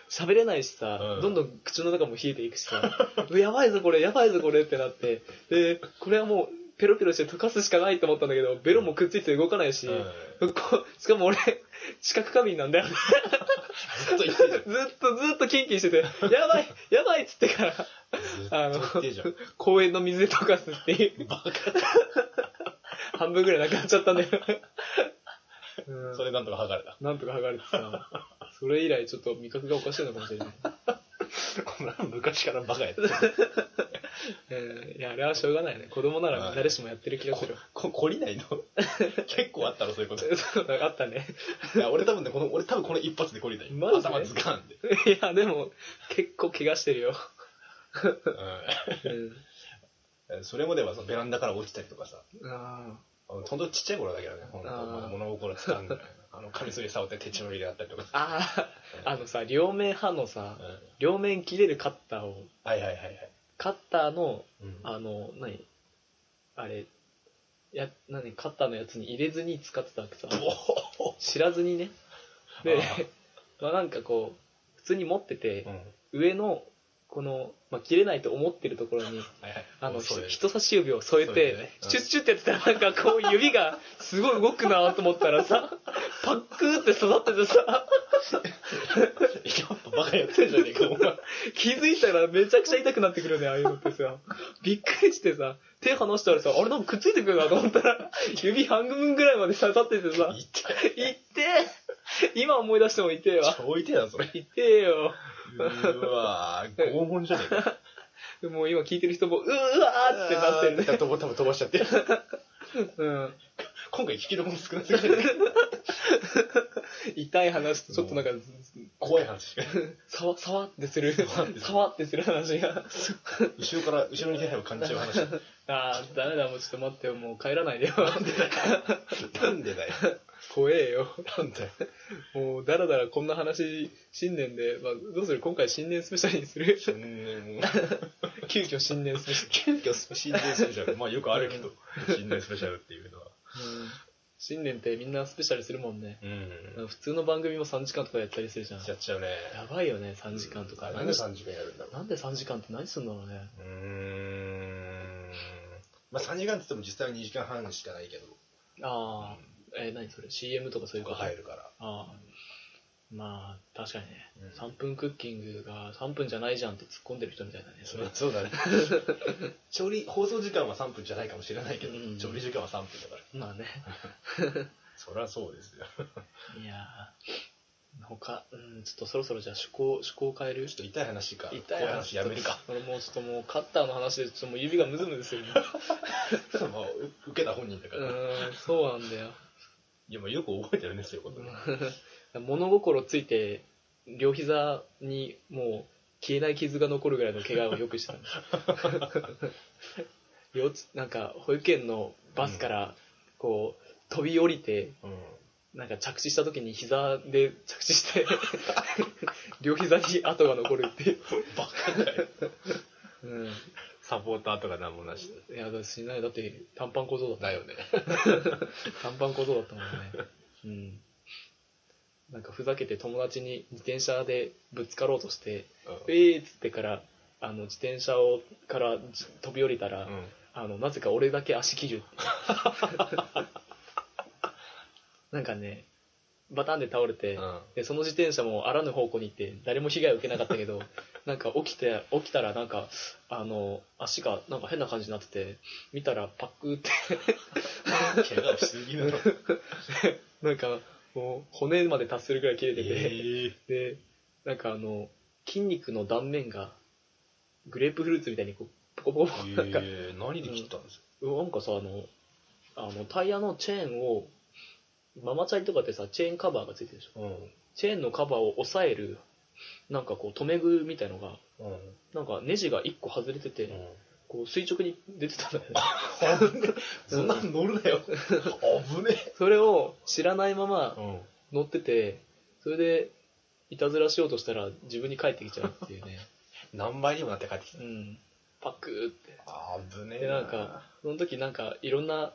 [SPEAKER 1] 喋れないしさ、
[SPEAKER 2] うん
[SPEAKER 1] どんどん口の中も冷えていくしさ、やばいぞこれ、やばいぞこれってなって、で、これはもう、ペロペロして溶かすしかないと思ったんだけど、ベロもくっついて動かないし、
[SPEAKER 2] うん
[SPEAKER 1] こしかも俺、視覚過敏なんだよね。
[SPEAKER 2] ずっと言ってる
[SPEAKER 1] ずっとずっとキンキンしてて、やばい、やばいっつってから、
[SPEAKER 2] じゃ
[SPEAKER 1] あ
[SPEAKER 2] んずっと言ってるじゃん
[SPEAKER 1] の、公園の水で溶かすっていう、
[SPEAKER 2] バカ
[SPEAKER 1] 半分ぐらいなくなっちゃったんだよ。うん
[SPEAKER 2] それなんとか剥がれた
[SPEAKER 1] なんとか剥がれてさ、それ以来ちょっと味覚がおかしいのかもしれない。
[SPEAKER 2] こんなの昔からバカやってる
[SPEAKER 1] うんいや、あれはしょうがないね。子供なら誰しもやってる気がする。
[SPEAKER 2] こ懲りないの (laughs) 結構あったろそういうこと
[SPEAKER 1] そうだあったね。
[SPEAKER 2] いや俺多分ねこの俺多分この一発で懲りない
[SPEAKER 1] マジで
[SPEAKER 2] 頭ズカーンで、
[SPEAKER 1] いや、でも、結構怪我してるよ。うん
[SPEAKER 2] うん、それまではさベランダから落ちたりとかさ
[SPEAKER 1] あ
[SPEAKER 2] あのほんとちっちゃい頃だけどねほんと
[SPEAKER 1] あー
[SPEAKER 2] まだ物心つかんぐらいあのカミソリ触って手ちのりであったりとか
[SPEAKER 1] ー、あー、あのさ、両面刃のさ
[SPEAKER 2] うん、、はい
[SPEAKER 1] 両面切れるカッターを、
[SPEAKER 2] はいはいはい、
[SPEAKER 1] カッターの、
[SPEAKER 2] うん
[SPEAKER 1] あの、何あれ、や、何カッターのやつに入れずに使ってたわけさ。
[SPEAKER 2] おお
[SPEAKER 1] 知らずにね。で (laughs)
[SPEAKER 2] あー、
[SPEAKER 1] まあなんかこう、普通に持ってて、
[SPEAKER 2] うん
[SPEAKER 1] 上の、この、まあ、切れないと思ってるところに、
[SPEAKER 2] はいはい
[SPEAKER 1] あの、
[SPEAKER 2] そう
[SPEAKER 1] ひ
[SPEAKER 2] いう
[SPEAKER 1] 人差し指を添え
[SPEAKER 2] 添え
[SPEAKER 1] て、
[SPEAKER 2] てねうん
[SPEAKER 1] シュッシュッってやってたら、なんかこう指がすごい動くなと思ったらさ、 (laughs) パックーって刺さっててさ、
[SPEAKER 2] やっぱバカやってるじゃねえかお前
[SPEAKER 1] 気づいたらめちゃくちゃ痛くなってくるね、ああいうのって (laughs) さ。びっくりしてさ、手離したらさ、あれなんかくっついてくるなと思ったら、指半分ぐらいまで刺さっててさ、
[SPEAKER 2] 言っ
[SPEAKER 1] 痛え今思い出しても痛えわ。
[SPEAKER 2] て置いてだそれ
[SPEAKER 1] 痛えよ。
[SPEAKER 2] うわー拷問じゃねえか
[SPEAKER 1] でもう今聞いてる人も、うわーってなってるね。
[SPEAKER 2] 多分飛ばしちゃって
[SPEAKER 1] うん。
[SPEAKER 2] 今回聞きどころ少なすぎる
[SPEAKER 1] 痛い話とちょっとなんか、
[SPEAKER 2] 怖い話しか
[SPEAKER 1] さわ、さわってする
[SPEAKER 2] わってす、る
[SPEAKER 1] さわってする話が。
[SPEAKER 2] 後ろから後ろに手配を感じちゃう話
[SPEAKER 1] あー、ダメだ、もうちょっと待ってよ、もう帰らないでよ。
[SPEAKER 2] なんでだよ
[SPEAKER 1] 怖えよ。
[SPEAKER 2] なんだよ
[SPEAKER 1] もう、だらだらこんな話、新年で、まあ、どうする今回新年スペシャルにする
[SPEAKER 2] (laughs) 新年
[SPEAKER 1] 急遽新年スペシ
[SPEAKER 2] 急遽新年スペシャルまあよくあるけど新年スペシャルっていうのは
[SPEAKER 1] ャル。うん新年ってみんなスペシャルするもんね。
[SPEAKER 2] うん
[SPEAKER 1] 普通の番組も3時間とかやったりするじゃん。
[SPEAKER 2] や
[SPEAKER 1] や
[SPEAKER 2] っちゃうね
[SPEAKER 1] ばいよね、3時間とか。
[SPEAKER 2] なんで3時間やるんだろう
[SPEAKER 1] なんで3時間って何すんだろうね。
[SPEAKER 2] うーんまあ3時間って言っても実際は2時間半しかないけど
[SPEAKER 1] ああ、えー何それ ?CM とかそういう
[SPEAKER 2] 僕
[SPEAKER 1] こと
[SPEAKER 2] 入るから
[SPEAKER 1] ああ。まあ、確かにね、
[SPEAKER 2] うん
[SPEAKER 1] 3分クッキングが3分じゃないじゃんって突っ込んでる人みたいだね、それ。
[SPEAKER 2] そうだね。 (laughs) 調理、放送時間は3分じゃないかもしれないけど、
[SPEAKER 1] うん
[SPEAKER 2] 調理時間は3分だから。
[SPEAKER 1] まあね、
[SPEAKER 2] そりゃそうです (laughs) よ。
[SPEAKER 1] いやー、他、うん、ちょっとそろそろじゃあ趣向、趣向を変える
[SPEAKER 2] ちょっと痛い話か。
[SPEAKER 1] 痛
[SPEAKER 2] こ
[SPEAKER 1] いう
[SPEAKER 2] う話やめるか。 (laughs)
[SPEAKER 1] 俺もうちょっともうカッターの話でちょっともう指がムズムズするね
[SPEAKER 2] まあ、う受けた本人だか
[SPEAKER 1] う
[SPEAKER 2] ら。い
[SPEAKER 1] ーんそうなんだよ (laughs)
[SPEAKER 2] や、まあよく覚えてるね、そういうことね。
[SPEAKER 1] 物心ついて両膝にもう消えない傷が残るぐらいの怪我をよくした (laughs) 幼稚なんか保育園のバスからこう飛び降りて
[SPEAKER 2] うん。
[SPEAKER 1] なんか着地した時に膝で着地して両膝に跡が残るっていう、
[SPEAKER 2] バカだよ。
[SPEAKER 1] うん、
[SPEAKER 2] サポーターとかなんもなし
[SPEAKER 1] いやだってしないだって短パン小僧だっ
[SPEAKER 2] (laughs)
[SPEAKER 1] た
[SPEAKER 2] だよね。
[SPEAKER 1] 短パン小僧だったもんね。うん。なんかふざけて友達に自転車でぶつかろうとして、
[SPEAKER 2] うん
[SPEAKER 1] えーっつってから、あの、自転車を、からじ飛び降りたら、
[SPEAKER 2] うん
[SPEAKER 1] あの、なぜか俺だけ足切る。 (laughs) なんかね、バタンで倒れて、
[SPEAKER 2] うん
[SPEAKER 1] でその自転車もあらぬ方向に行って誰も被害を受けなかったけ
[SPEAKER 2] (laughs)
[SPEAKER 1] どなんか起きて起きたらなんかあの足がなんか変な感じになってて見たらパクって
[SPEAKER 2] (laughs)
[SPEAKER 1] (laughs)
[SPEAKER 2] 怪我をしすぎだろ。
[SPEAKER 1] なんかもう骨まで達するぐらい切れてて、
[SPEAKER 2] (laughs) え
[SPEAKER 1] でなんかあの筋肉の断面がグレープフルーツみたいにこうポコポコポコなんか、
[SPEAKER 2] え何で切ったんですか
[SPEAKER 1] なんかさあのあのタイヤのチェーンをママチャリとかってさチェーンカバーがついてるでしょ
[SPEAKER 2] うん。
[SPEAKER 1] チェーンのカバーを押さえるなんかこう留め具みたいのが
[SPEAKER 2] うん。
[SPEAKER 1] なんかネジが1個外れてて、
[SPEAKER 2] うん
[SPEAKER 1] こう垂直に出てたんだよね (laughs)
[SPEAKER 2] 危ねえそんなの乗るなよ。危ね
[SPEAKER 1] それを知らないまま
[SPEAKER 2] え。うん。
[SPEAKER 1] 乗っててそれでいたずらしようとしたら自分に返ってきちゃうって
[SPEAKER 2] (laughs)
[SPEAKER 1] いうね
[SPEAKER 2] 何倍にもなって帰ってきた
[SPEAKER 1] う。んパクーって
[SPEAKER 2] 危ねえ。
[SPEAKER 1] でなんか、その時なんかいろんな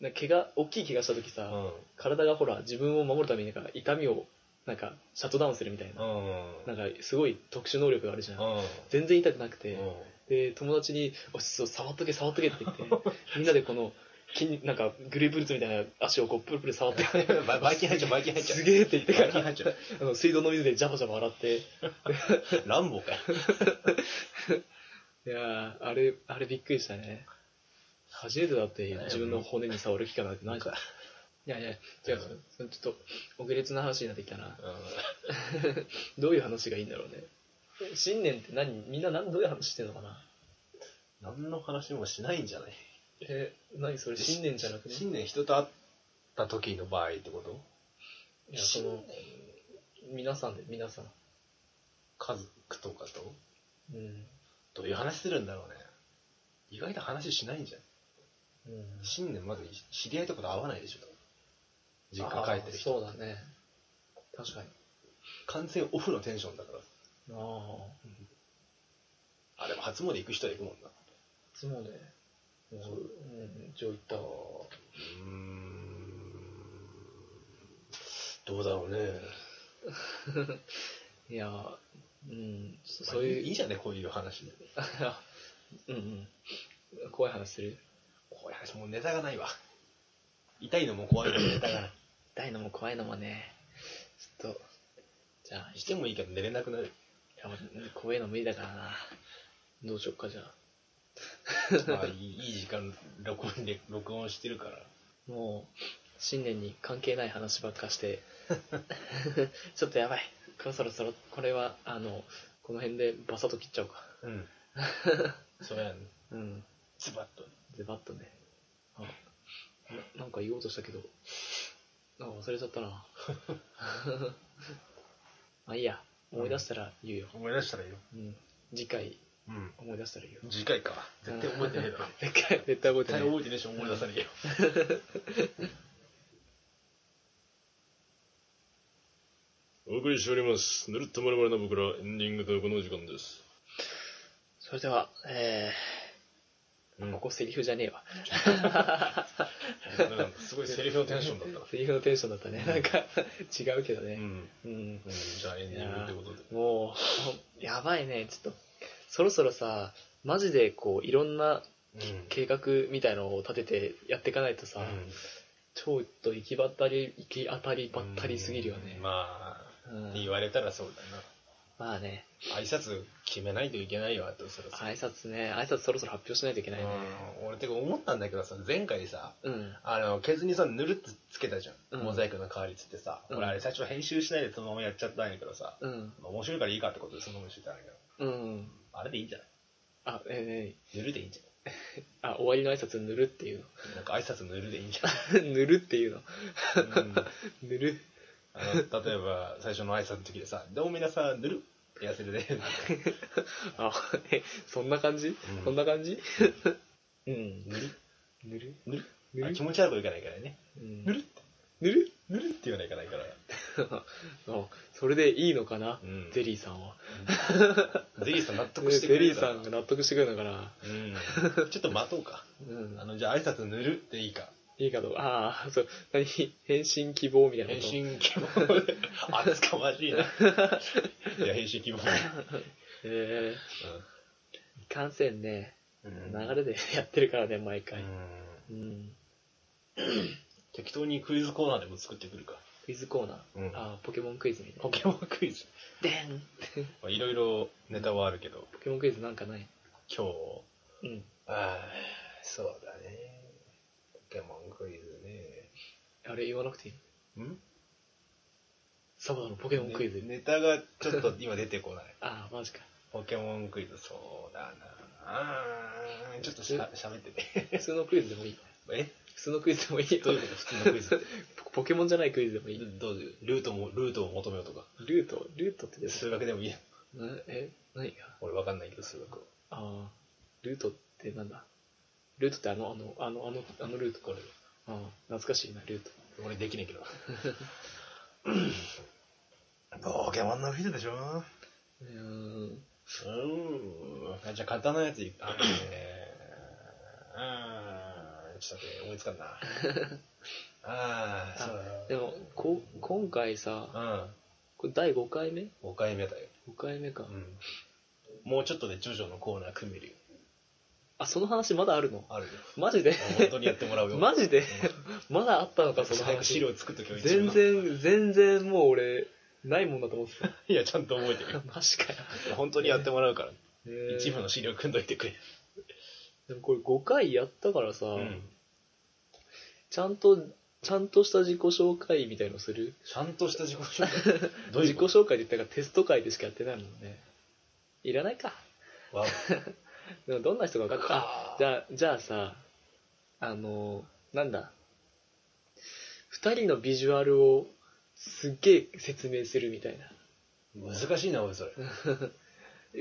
[SPEAKER 1] なんか怪我大きい怪我した時さ、
[SPEAKER 2] うん。
[SPEAKER 1] 体がほら自分を守るためになんか痛みをなんかシャットダウンするみたいな、
[SPEAKER 2] うん。
[SPEAKER 1] なんかすごい特殊能力があるじゃん、
[SPEAKER 2] うん。
[SPEAKER 1] 全然痛くなくて、
[SPEAKER 2] うん
[SPEAKER 1] で友達に「おそう触っとけ触っとけ」って言って
[SPEAKER 2] (laughs)
[SPEAKER 1] みんなでこの筋なんかグレープフルーツみたいな足をこうプルプル
[SPEAKER 2] (laughs)
[SPEAKER 1] 触って
[SPEAKER 2] ばばい菌入っちゃう、ばい菌入っちゃう。
[SPEAKER 1] すげえって言って
[SPEAKER 2] ばい
[SPEAKER 1] か
[SPEAKER 2] 菌
[SPEAKER 1] ら
[SPEAKER 2] 入っちゃう。
[SPEAKER 1] (laughs) あの水道の水でジャバジャバ洗って
[SPEAKER 2] ランボーかよ。
[SPEAKER 1] いやーあれあれびっくりしたね初めてだって自分の骨に触る機会なんてないじゃんいやいや違うそれちょっとお下劣な話になってきたな (laughs) どういう話がいいんだろうね新年って何みんな何どういう話してんのかな
[SPEAKER 2] 何の話もしないんじゃない
[SPEAKER 1] え何それ新年じゃなくね
[SPEAKER 2] 新年人と会った時の場合ってこと
[SPEAKER 1] いやその皆さんで皆さん
[SPEAKER 2] 家族とかと
[SPEAKER 1] うん
[SPEAKER 2] どういう話するんだろうね。意外と話しないんじゃん。
[SPEAKER 1] うん
[SPEAKER 2] 新年まず知り合いとかと会わないでしょ。実家帰ってる
[SPEAKER 1] あ
[SPEAKER 2] 人。
[SPEAKER 1] ーそうだね確かに
[SPEAKER 2] 完全オフのテンションだから。
[SPEAKER 1] ああ
[SPEAKER 2] あ、でも初詣行く人は行くもんな。
[SPEAKER 1] そうねうんうん一応行ったわ
[SPEAKER 2] うーん。どうだろうね。
[SPEAKER 1] (laughs) いやーうんそ
[SPEAKER 2] そ
[SPEAKER 1] そうう
[SPEAKER 2] いう。
[SPEAKER 1] い (laughs)
[SPEAKER 2] いういじゃんね、こういう話。
[SPEAKER 1] うんうん怖い話する
[SPEAKER 2] 怖い話、もうネタがないわ。痛いのも怖いのもネタが (laughs) ない。
[SPEAKER 1] 痛いのも怖いのもねちょっとじゃあ
[SPEAKER 2] してもいいけど寝れなく (laughs) なる。
[SPEAKER 1] いや怖いの無理だからなどうしよっかじゃあ
[SPEAKER 2] まあ、いいいい時間、録音で、録音してるから。
[SPEAKER 1] もう新年に関係ない話ばっかして (laughs) ちょっとやばいこれそろそろこれはあのこの辺でバサッと切っちゃおうか
[SPEAKER 2] うん。 (laughs) そうやね。
[SPEAKER 1] うん
[SPEAKER 2] ズバッと。
[SPEAKER 1] ズバッとねあななんか言おうとしたけどなんか忘れちゃった (laughs) なまあいいや思い出したら言うよ、
[SPEAKER 2] 思い出したらいいよ。
[SPEAKER 1] うん、次回
[SPEAKER 2] うん。
[SPEAKER 1] 思い出したら言うよ
[SPEAKER 2] 次回か。絶対覚えてねえだろ。
[SPEAKER 1] (laughs) 絶対絶対覚え
[SPEAKER 2] 絶
[SPEAKER 1] て
[SPEAKER 2] 対
[SPEAKER 1] ない
[SPEAKER 2] 覚えてねえし、思い出さねえよ。 (laughs)
[SPEAKER 3] お送りしております。ぬるっとまるまるな僕らエンディングというこの時間です。
[SPEAKER 1] それではえ
[SPEAKER 2] う
[SPEAKER 1] ー
[SPEAKER 2] ん
[SPEAKER 1] ここセリフじゃねえわ
[SPEAKER 2] なんかすごいセリフのテンションだったな。
[SPEAKER 1] セリフのテンションだったねなんか違うけど
[SPEAKER 2] (laughs) う
[SPEAKER 1] ね
[SPEAKER 2] ん。
[SPEAKER 1] うん
[SPEAKER 2] うん、じゃあエンディングってことで。
[SPEAKER 1] もうやばいねちょっとそろそろさマジでこういろんな
[SPEAKER 2] うん。
[SPEAKER 1] 計画みたいのを立ててやっていかないとさ、
[SPEAKER 2] うん
[SPEAKER 1] ちょっと行きばったり行き当たりばったりすぎるよね、
[SPEAKER 2] まあ、
[SPEAKER 1] うん
[SPEAKER 2] って言われたらそう
[SPEAKER 1] まあね、
[SPEAKER 2] だな。挨拶決めないといけないよ、あとそろそろ。
[SPEAKER 1] 挨拶ね、挨拶そろそろ発表しないといけないね。
[SPEAKER 2] うん俺てか思ったんだけどさ、前回さ、
[SPEAKER 1] うん。
[SPEAKER 2] あの、ケツにさ、ぬるってつけたじゃん。
[SPEAKER 1] うん
[SPEAKER 2] モザイクの代わりっつってさ、
[SPEAKER 1] うん
[SPEAKER 2] 俺あれ最初編集しないでそのままやっちゃったんやけどさ、
[SPEAKER 1] うん。
[SPEAKER 2] まあ面白いからいいかってことでそのまましてたんだけど、
[SPEAKER 1] うん。
[SPEAKER 2] あれでいいんじゃない
[SPEAKER 1] あ、え
[SPEAKER 2] ぬるでいいんじ
[SPEAKER 1] ー、あ、終わりの挨拶塗るっていう
[SPEAKER 2] ゃないなんか挨拶ぬるでいいんじゃない
[SPEAKER 1] の。 (laughs) 塗るっていうの。 (laughs)
[SPEAKER 2] うん
[SPEAKER 1] 塗る。
[SPEAKER 2] あの例えば、最初の挨拶の時でさ、どうも皆さん、ぬるって痩せるで、
[SPEAKER 1] (laughs) あ、え、そんな感じ、
[SPEAKER 2] ん
[SPEAKER 1] そんな感じ (laughs) うん。
[SPEAKER 2] ぬる、
[SPEAKER 1] 塗る
[SPEAKER 2] ぬる
[SPEAKER 1] ぬ
[SPEAKER 2] あ
[SPEAKER 1] る
[SPEAKER 2] 気持ち悪くいかないからね。
[SPEAKER 1] うん
[SPEAKER 2] ぬるって、
[SPEAKER 1] 塗る (laughs)
[SPEAKER 2] ぬるって言わないからいいから。
[SPEAKER 1] あそれでいいのかな、
[SPEAKER 2] うん
[SPEAKER 1] ゼリーさんは。
[SPEAKER 2] ゼリーさん納得してく
[SPEAKER 1] ゼ
[SPEAKER 2] れ
[SPEAKER 1] リー
[SPEAKER 2] るだ
[SPEAKER 1] さ
[SPEAKER 2] ろ
[SPEAKER 1] んが納得してくれるのかな
[SPEAKER 2] うん。ちょっと待とうか。
[SPEAKER 1] うん
[SPEAKER 2] あ。の、じゃあ挨拶ぬるっていいか。
[SPEAKER 1] いいかと。ああ、そう。何 (laughs) 返信希望みたいな
[SPEAKER 2] 返
[SPEAKER 1] こと。
[SPEAKER 2] 信希望 (laughs) で。厚かま (laughs) しいな。いや、返信希望。
[SPEAKER 1] えー、いかんせんね、
[SPEAKER 2] う
[SPEAKER 1] 流
[SPEAKER 2] ん。
[SPEAKER 1] れで (laughs) やってるからね、毎
[SPEAKER 2] う
[SPEAKER 1] 回。
[SPEAKER 2] ん
[SPEAKER 1] うん。
[SPEAKER 2] 適当にクイズコーナーでも作ってくるか。
[SPEAKER 1] クイズコーナー。
[SPEAKER 2] うん
[SPEAKER 1] あーポケモンクイズみたいな
[SPEAKER 2] ポ。ケモンクイズ。
[SPEAKER 1] でん
[SPEAKER 2] まあいろいろネタはあるけど、
[SPEAKER 1] ポケモンクイズなんかない
[SPEAKER 2] 今日、
[SPEAKER 1] うん。
[SPEAKER 2] ああ、そうだね。ポケモンクイズね。
[SPEAKER 1] あれ言わなくていいの
[SPEAKER 2] ん
[SPEAKER 1] サバダのポケモンクイズ。
[SPEAKER 2] ねネタがちょっと今出てこない。
[SPEAKER 1] ああ、マジか。
[SPEAKER 2] ポケモンクイズ、そうだなぁちょっとしゃ喋ってて。
[SPEAKER 1] (laughs) 普通のクイズでもいい。
[SPEAKER 2] え
[SPEAKER 1] 普通のクイズでもいいよ
[SPEAKER 2] どういうこと普通のクイズって。
[SPEAKER 1] (laughs) ポポケモンじゃないクイズでもいい。
[SPEAKER 2] どういうルートも、ルートを求めようとか。
[SPEAKER 1] ルートルートってです
[SPEAKER 2] 数学でもいいよ。
[SPEAKER 1] なえ、何が
[SPEAKER 2] 俺わかんないけど、数学を。
[SPEAKER 1] ああ、ルートってなんだルートってあの、あの、あの、あの、あのルートか。
[SPEAKER 2] これ、
[SPEAKER 1] ああ、懐かしいな、ルート。
[SPEAKER 2] 俺できねえけど。ポケモンのクイズでしょ
[SPEAKER 1] うーん。
[SPEAKER 2] うーん。じゃあ、簡単なやついあのね。うーん。ちょっと待って、思いつかんな。ああ、そうだ。
[SPEAKER 1] でも、こ、今回さ、これ第5回目
[SPEAKER 2] うん。5回目だよ。
[SPEAKER 1] ?5 回目か。
[SPEAKER 2] うん。もうちょっとでジョジョのコーナー組めるよ。
[SPEAKER 1] あ、その話まだあるの
[SPEAKER 2] あ (laughs) るよ。
[SPEAKER 1] マジで
[SPEAKER 2] 本当にやってもらうよ。
[SPEAKER 1] (laughs) マジで (laughs) まだあったのか、その
[SPEAKER 2] 早く資
[SPEAKER 1] 話。
[SPEAKER 2] 料作っとけよ、一応
[SPEAKER 1] 全。然、全然もう俺、ないもんだと思って
[SPEAKER 2] いや、ちゃんと覚えてるよ
[SPEAKER 1] た。。マジかよ。
[SPEAKER 2] 本当にやってもらうから、
[SPEAKER 1] えー
[SPEAKER 2] 一部の資料組んどいてくれ。
[SPEAKER 1] でもこれ5回やったからさ、
[SPEAKER 2] うん。
[SPEAKER 1] ちゃんと、ちゃんとした自己紹介みたいのする
[SPEAKER 2] ちゃんとした自己紹 (laughs) 介。どうい
[SPEAKER 1] 自己
[SPEAKER 2] うこ
[SPEAKER 1] 紹
[SPEAKER 2] と
[SPEAKER 1] 介って言ったからテスト会でしかやってないもんね。いらないか。
[SPEAKER 2] わ
[SPEAKER 1] でもどんな人が
[SPEAKER 2] だ
[SPEAKER 1] 書く
[SPEAKER 2] か
[SPEAKER 1] か。じゃあ、じゃあさ、あの、なんだ。二人のビジュアルをすっげえ説明するみたいな。
[SPEAKER 2] 難しいな、俺それ。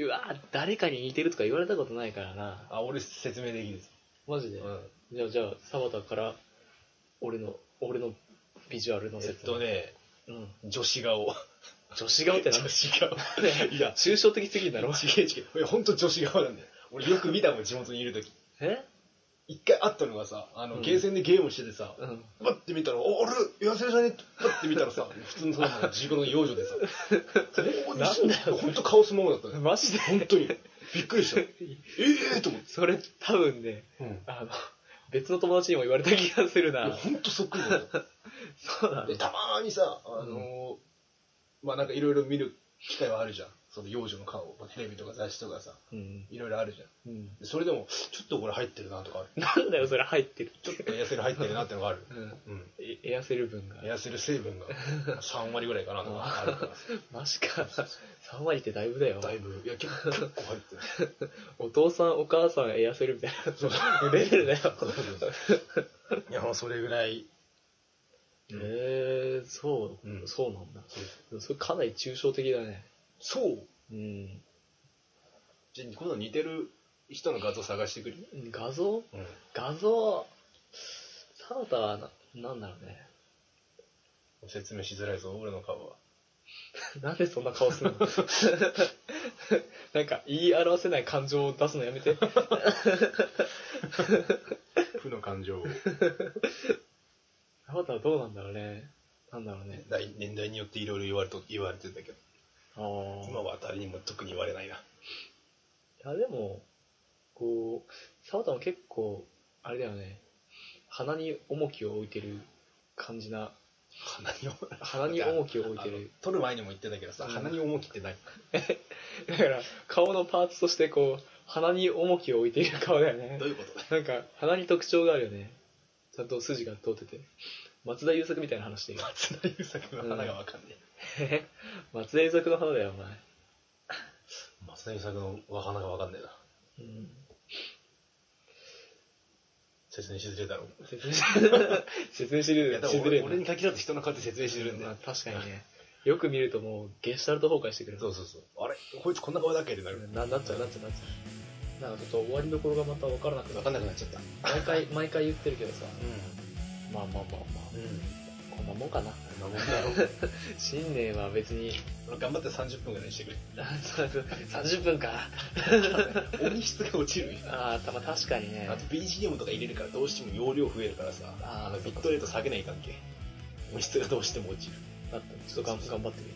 [SPEAKER 1] うわ誰かに似てるとか言われたことないからな。
[SPEAKER 2] あ、俺説明できる。
[SPEAKER 1] マジで、
[SPEAKER 2] う
[SPEAKER 1] じゃあ、じゃあ、沢田から、俺の、俺のビジュアルの
[SPEAKER 2] ん。えっ
[SPEAKER 1] 説明。
[SPEAKER 2] とね、
[SPEAKER 1] うん。
[SPEAKER 2] 女子顔。
[SPEAKER 1] 女子顔ってなん
[SPEAKER 2] 女
[SPEAKER 1] だ
[SPEAKER 2] 子顔。 (laughs) いや、
[SPEAKER 1] 抽象的すぎんだろ
[SPEAKER 2] ちげえちげえ。いや、ほんと女子顔なんだよ。俺よく見たもん、地元にいる時
[SPEAKER 1] え
[SPEAKER 2] 一回会ったのがさ、あ
[SPEAKER 1] う
[SPEAKER 2] の、
[SPEAKER 1] ん
[SPEAKER 2] ゲーセンでゲームしててさ、
[SPEAKER 1] うん。
[SPEAKER 2] パッて見たら、お、あれ痩せじゃねパッて見たらさ、普通の (laughs) さ、自分の幼女で (laughs) さ、
[SPEAKER 1] なんだよ
[SPEAKER 2] ほんと顔すままだったね。
[SPEAKER 1] マジで
[SPEAKER 2] 本当に。びっくりした。 (laughs) ええと思って。
[SPEAKER 1] それ多分ね、
[SPEAKER 2] うん。い
[SPEAKER 1] あの、別の友達にも言われた気がする
[SPEAKER 2] や、
[SPEAKER 1] な。
[SPEAKER 2] ほんとそっくりだった。
[SPEAKER 1] そうなの
[SPEAKER 2] で、たまーにさ、あのーまあなんかいろいろ見る機会はあるじゃん。その幼女の顔を、まあテレビとか雑誌とかさ、
[SPEAKER 1] うん。
[SPEAKER 2] いろいろあるじゃん。
[SPEAKER 1] うん。
[SPEAKER 2] でそれでも、ちょっとこれ入ってるなとかある。
[SPEAKER 1] なんだよ、それ入ってる
[SPEAKER 2] ちょっと痩せる入ってるなってのがある。
[SPEAKER 1] うん。
[SPEAKER 2] うん。
[SPEAKER 1] えエアセル分が。
[SPEAKER 2] 痩せる成分が3割ぐらいかなとかあるからさ。
[SPEAKER 1] マジか。3割ってだいぶだよ。
[SPEAKER 2] だいぶ、いや、結構結構入ってる。
[SPEAKER 1] お父さん、お母さん、エアセルみたい (laughs)
[SPEAKER 2] そう
[SPEAKER 1] な。レベルだよ。
[SPEAKER 2] (laughs) いや、もうそれぐらい。うん
[SPEAKER 1] えー、そう、
[SPEAKER 2] うん
[SPEAKER 1] そうなんだ。それかなり抽象的だね。
[SPEAKER 2] そう。
[SPEAKER 1] うん。
[SPEAKER 2] じゃあ、今度似てる人の画像探してくれ。
[SPEAKER 1] 画像
[SPEAKER 2] うん。
[SPEAKER 1] 画像、サラダはな、なんだろうね。 (laughs)
[SPEAKER 2] 説明しづらいぞ、俺の顔は。
[SPEAKER 1] なんでそんな顔するの (laughs) なんか言い表せない感情を出すのやめて。
[SPEAKER 2] 負の感 (laughs) 情を。
[SPEAKER 1] あなたはどうなんだろうね。なんだろうね。
[SPEAKER 2] 代年代によっていろいろ言われと言われてんだけど、
[SPEAKER 1] ああ。
[SPEAKER 2] 今は誰にも特に言われないな。
[SPEAKER 1] いやでも、こう、沢田も結構、あれだよね。鼻に重きを置いてる感じな
[SPEAKER 2] 鼻に重き
[SPEAKER 1] 鼻に重きを置いてる。
[SPEAKER 2] 取る前にも言ってたけどさ、
[SPEAKER 1] うん
[SPEAKER 2] 鼻に重きって何
[SPEAKER 1] だから、顔のパーツとして、こう、鼻に重きを置いている顔だよね
[SPEAKER 2] ど。ういうこと (laughs)
[SPEAKER 1] なんか、鼻に特徴があるよね。ちゃんと筋が通ってて。松田優作みたいな話してる。
[SPEAKER 2] 松田優作の花がわかんねえ。
[SPEAKER 1] 松田優作の花だよ、お前。
[SPEAKER 2] 松田優作の花がわかんねえな。
[SPEAKER 1] うん
[SPEAKER 2] 説明しづれえだろ。
[SPEAKER 1] 説明し説明して
[SPEAKER 2] い
[SPEAKER 1] る
[SPEAKER 2] や、でも
[SPEAKER 1] しづれ
[SPEAKER 2] 俺
[SPEAKER 1] えな
[SPEAKER 2] 俺に限らず人の顔って説明しづれえんだ
[SPEAKER 1] まあ
[SPEAKER 2] よ。
[SPEAKER 1] 確かにねよく見るともうゲシュタルト崩壊してくる
[SPEAKER 2] そうそうそう。あれこいつこんな顔だっけってなる。
[SPEAKER 1] ななっちゃうなっちゃうなっちゃうなんかちょっと終わりどころがまた分からなくな
[SPEAKER 2] わ
[SPEAKER 1] っ
[SPEAKER 2] かんなくなっちゃった。
[SPEAKER 1] 毎回毎回言ってるけどさ
[SPEAKER 2] う
[SPEAKER 1] まあまあまあま
[SPEAKER 2] ん。うん。
[SPEAKER 1] あこんなもんかな
[SPEAKER 2] こんなもんだろう。
[SPEAKER 1] 新年は別に
[SPEAKER 2] 俺頑張って30分ぐらいにして
[SPEAKER 1] (laughs)
[SPEAKER 2] くれ。
[SPEAKER 1] そうそう30分か
[SPEAKER 2] 音質が落ちるよ。
[SPEAKER 1] ああたま確かにね
[SPEAKER 2] あと BGM とか入れるからどうしても容量増えるからさ、
[SPEAKER 1] あー
[SPEAKER 2] あのビットレート下げない関係。音質がどうしても落ちる。
[SPEAKER 1] だったちょっと頑頑張ってみる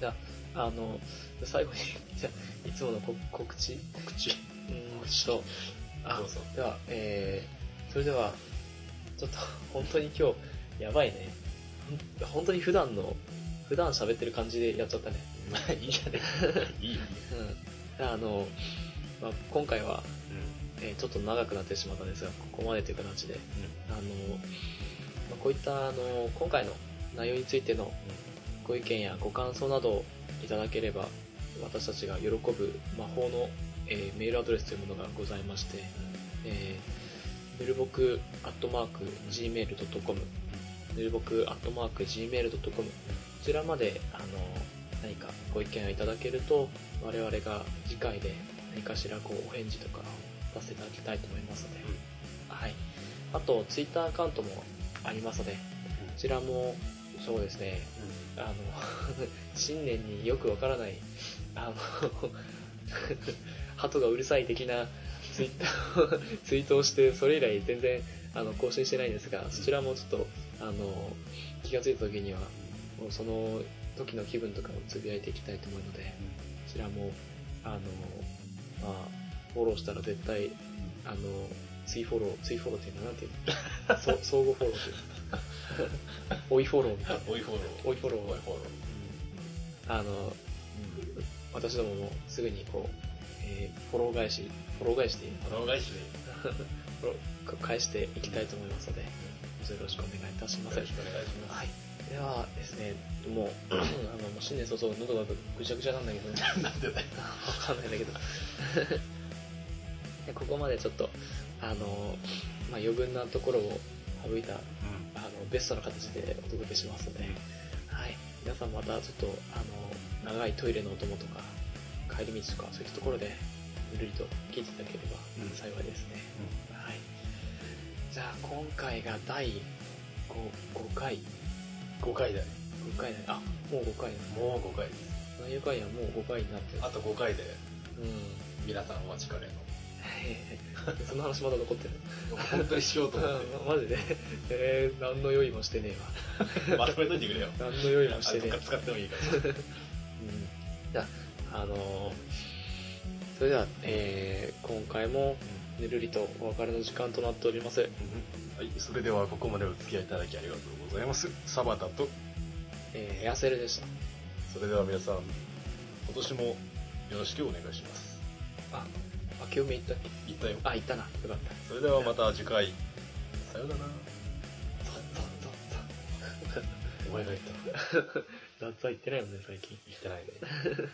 [SPEAKER 1] じゃああの最後に (laughs) じゃあいつもの告告知
[SPEAKER 2] 口。
[SPEAKER 1] うんちょっとあ
[SPEAKER 2] どうぞ。
[SPEAKER 1] では、えー、それでは、ちょっと本当に今日、やばいね。ほん本当に普段の、普段喋ってる感じでやっちゃったね。
[SPEAKER 2] まあ (laughs) いいじゃね (laughs) いいよ。
[SPEAKER 1] うん。あの、まあ、今回は、
[SPEAKER 2] う
[SPEAKER 1] えーちょっと長くなってしまったんですが、ここまでという形で、あの、まあ、こういった、あの、今回の内容についてのご意見やご感想などをいただければ、私たちが喜ぶ魔法の、えーメールアドレスというものがございまして、えー、ぬるぼくアットマーク Gmail.com ぬるぼくアットマーク Gmail.com こちらまであの何かご意見をいただけると我々が次回で何かしらこうお返事とかを出せていただきたいと思いますので、はい、あとツイッターアカウントもありますのでこちらもそうですねあの (laughs) 新年によくわからないあの (laughs) 鳩がうるさい的なツイッターを (laughs) ツイートをしてそれ以来全然あの更新してないんですがそちらもちょっとあの気がついた時にはもうその時の気分とかをつぶやいていきたいと思うのでこちらもあの、まあ、フォローしたら絶対あの追フォロー追フォローっていうのはなんていうの (laughs) そ相互フォローっていうの追いフォローみたいな
[SPEAKER 2] (laughs) 追いフォロー。
[SPEAKER 1] 追いフォロー
[SPEAKER 2] 追いフォロー。
[SPEAKER 1] あの、私どももすぐにこう、えーフォロー返し、フォロー返して、
[SPEAKER 2] フォロー返しで
[SPEAKER 1] フォロー返していきたいと思いますので、どうぞよろしくお願いいたします。
[SPEAKER 2] よろしくお願いしま
[SPEAKER 1] はい。ではですね、もう、 (clears throat) あの、もう新年早々喉がぐちゃぐちゃなんだけど、わ
[SPEAKER 2] す。なんでだよ。
[SPEAKER 1] かんないんだけど。 (laughs) でここまでちょっと、あの、まあ、余分なところを省いたあのベストな形でお届けしますので、はい、皆さんまたちょっとあの長いトイレのお供とか帰り道とかそういったところでぬるりと聞いていただければ
[SPEAKER 2] うん
[SPEAKER 1] 幸いですね、はい、じゃあ今回が第 5, 5回
[SPEAKER 2] 5回だよ。
[SPEAKER 1] 5回だねあもう5回だ
[SPEAKER 2] もう5回。
[SPEAKER 1] 何やかんやもう5回になってる
[SPEAKER 2] あと5回で
[SPEAKER 1] うん (laughs)
[SPEAKER 2] 皆さんお待ちかねの。
[SPEAKER 1] その話まだ残
[SPEAKER 2] (laughs)
[SPEAKER 1] ってる
[SPEAKER 2] 本当にしようと思っ
[SPEAKER 1] うんマジで (laughs) えー、何の用意もしてね
[SPEAKER 2] て。まとめといてくれよ。
[SPEAKER 1] えわ何の用意
[SPEAKER 2] あ
[SPEAKER 1] もして
[SPEAKER 2] ど
[SPEAKER 1] ね
[SPEAKER 2] っ
[SPEAKER 1] え
[SPEAKER 2] か使ってもいいから。
[SPEAKER 1] うんじゃあ、あのーそれでは、えー今回もぬるりとお別れの時間となっております。
[SPEAKER 2] はい、それではここまでお付き合いいただきありがとうございます。サバタと、
[SPEAKER 1] えー、エアセルでした。
[SPEAKER 2] それでは皆さん、今年もよろしくお願いします。
[SPEAKER 1] あ、明けおめ行ったっけ
[SPEAKER 2] 言ったよ。
[SPEAKER 1] あ、行ったな。よかった。
[SPEAKER 2] それではまた次回。さようなら。
[SPEAKER 1] ザッザッザ
[SPEAKER 2] お前が言った。
[SPEAKER 1] ッザッ。ザッザッ行ってないもんね、最近。
[SPEAKER 2] 言ってないね。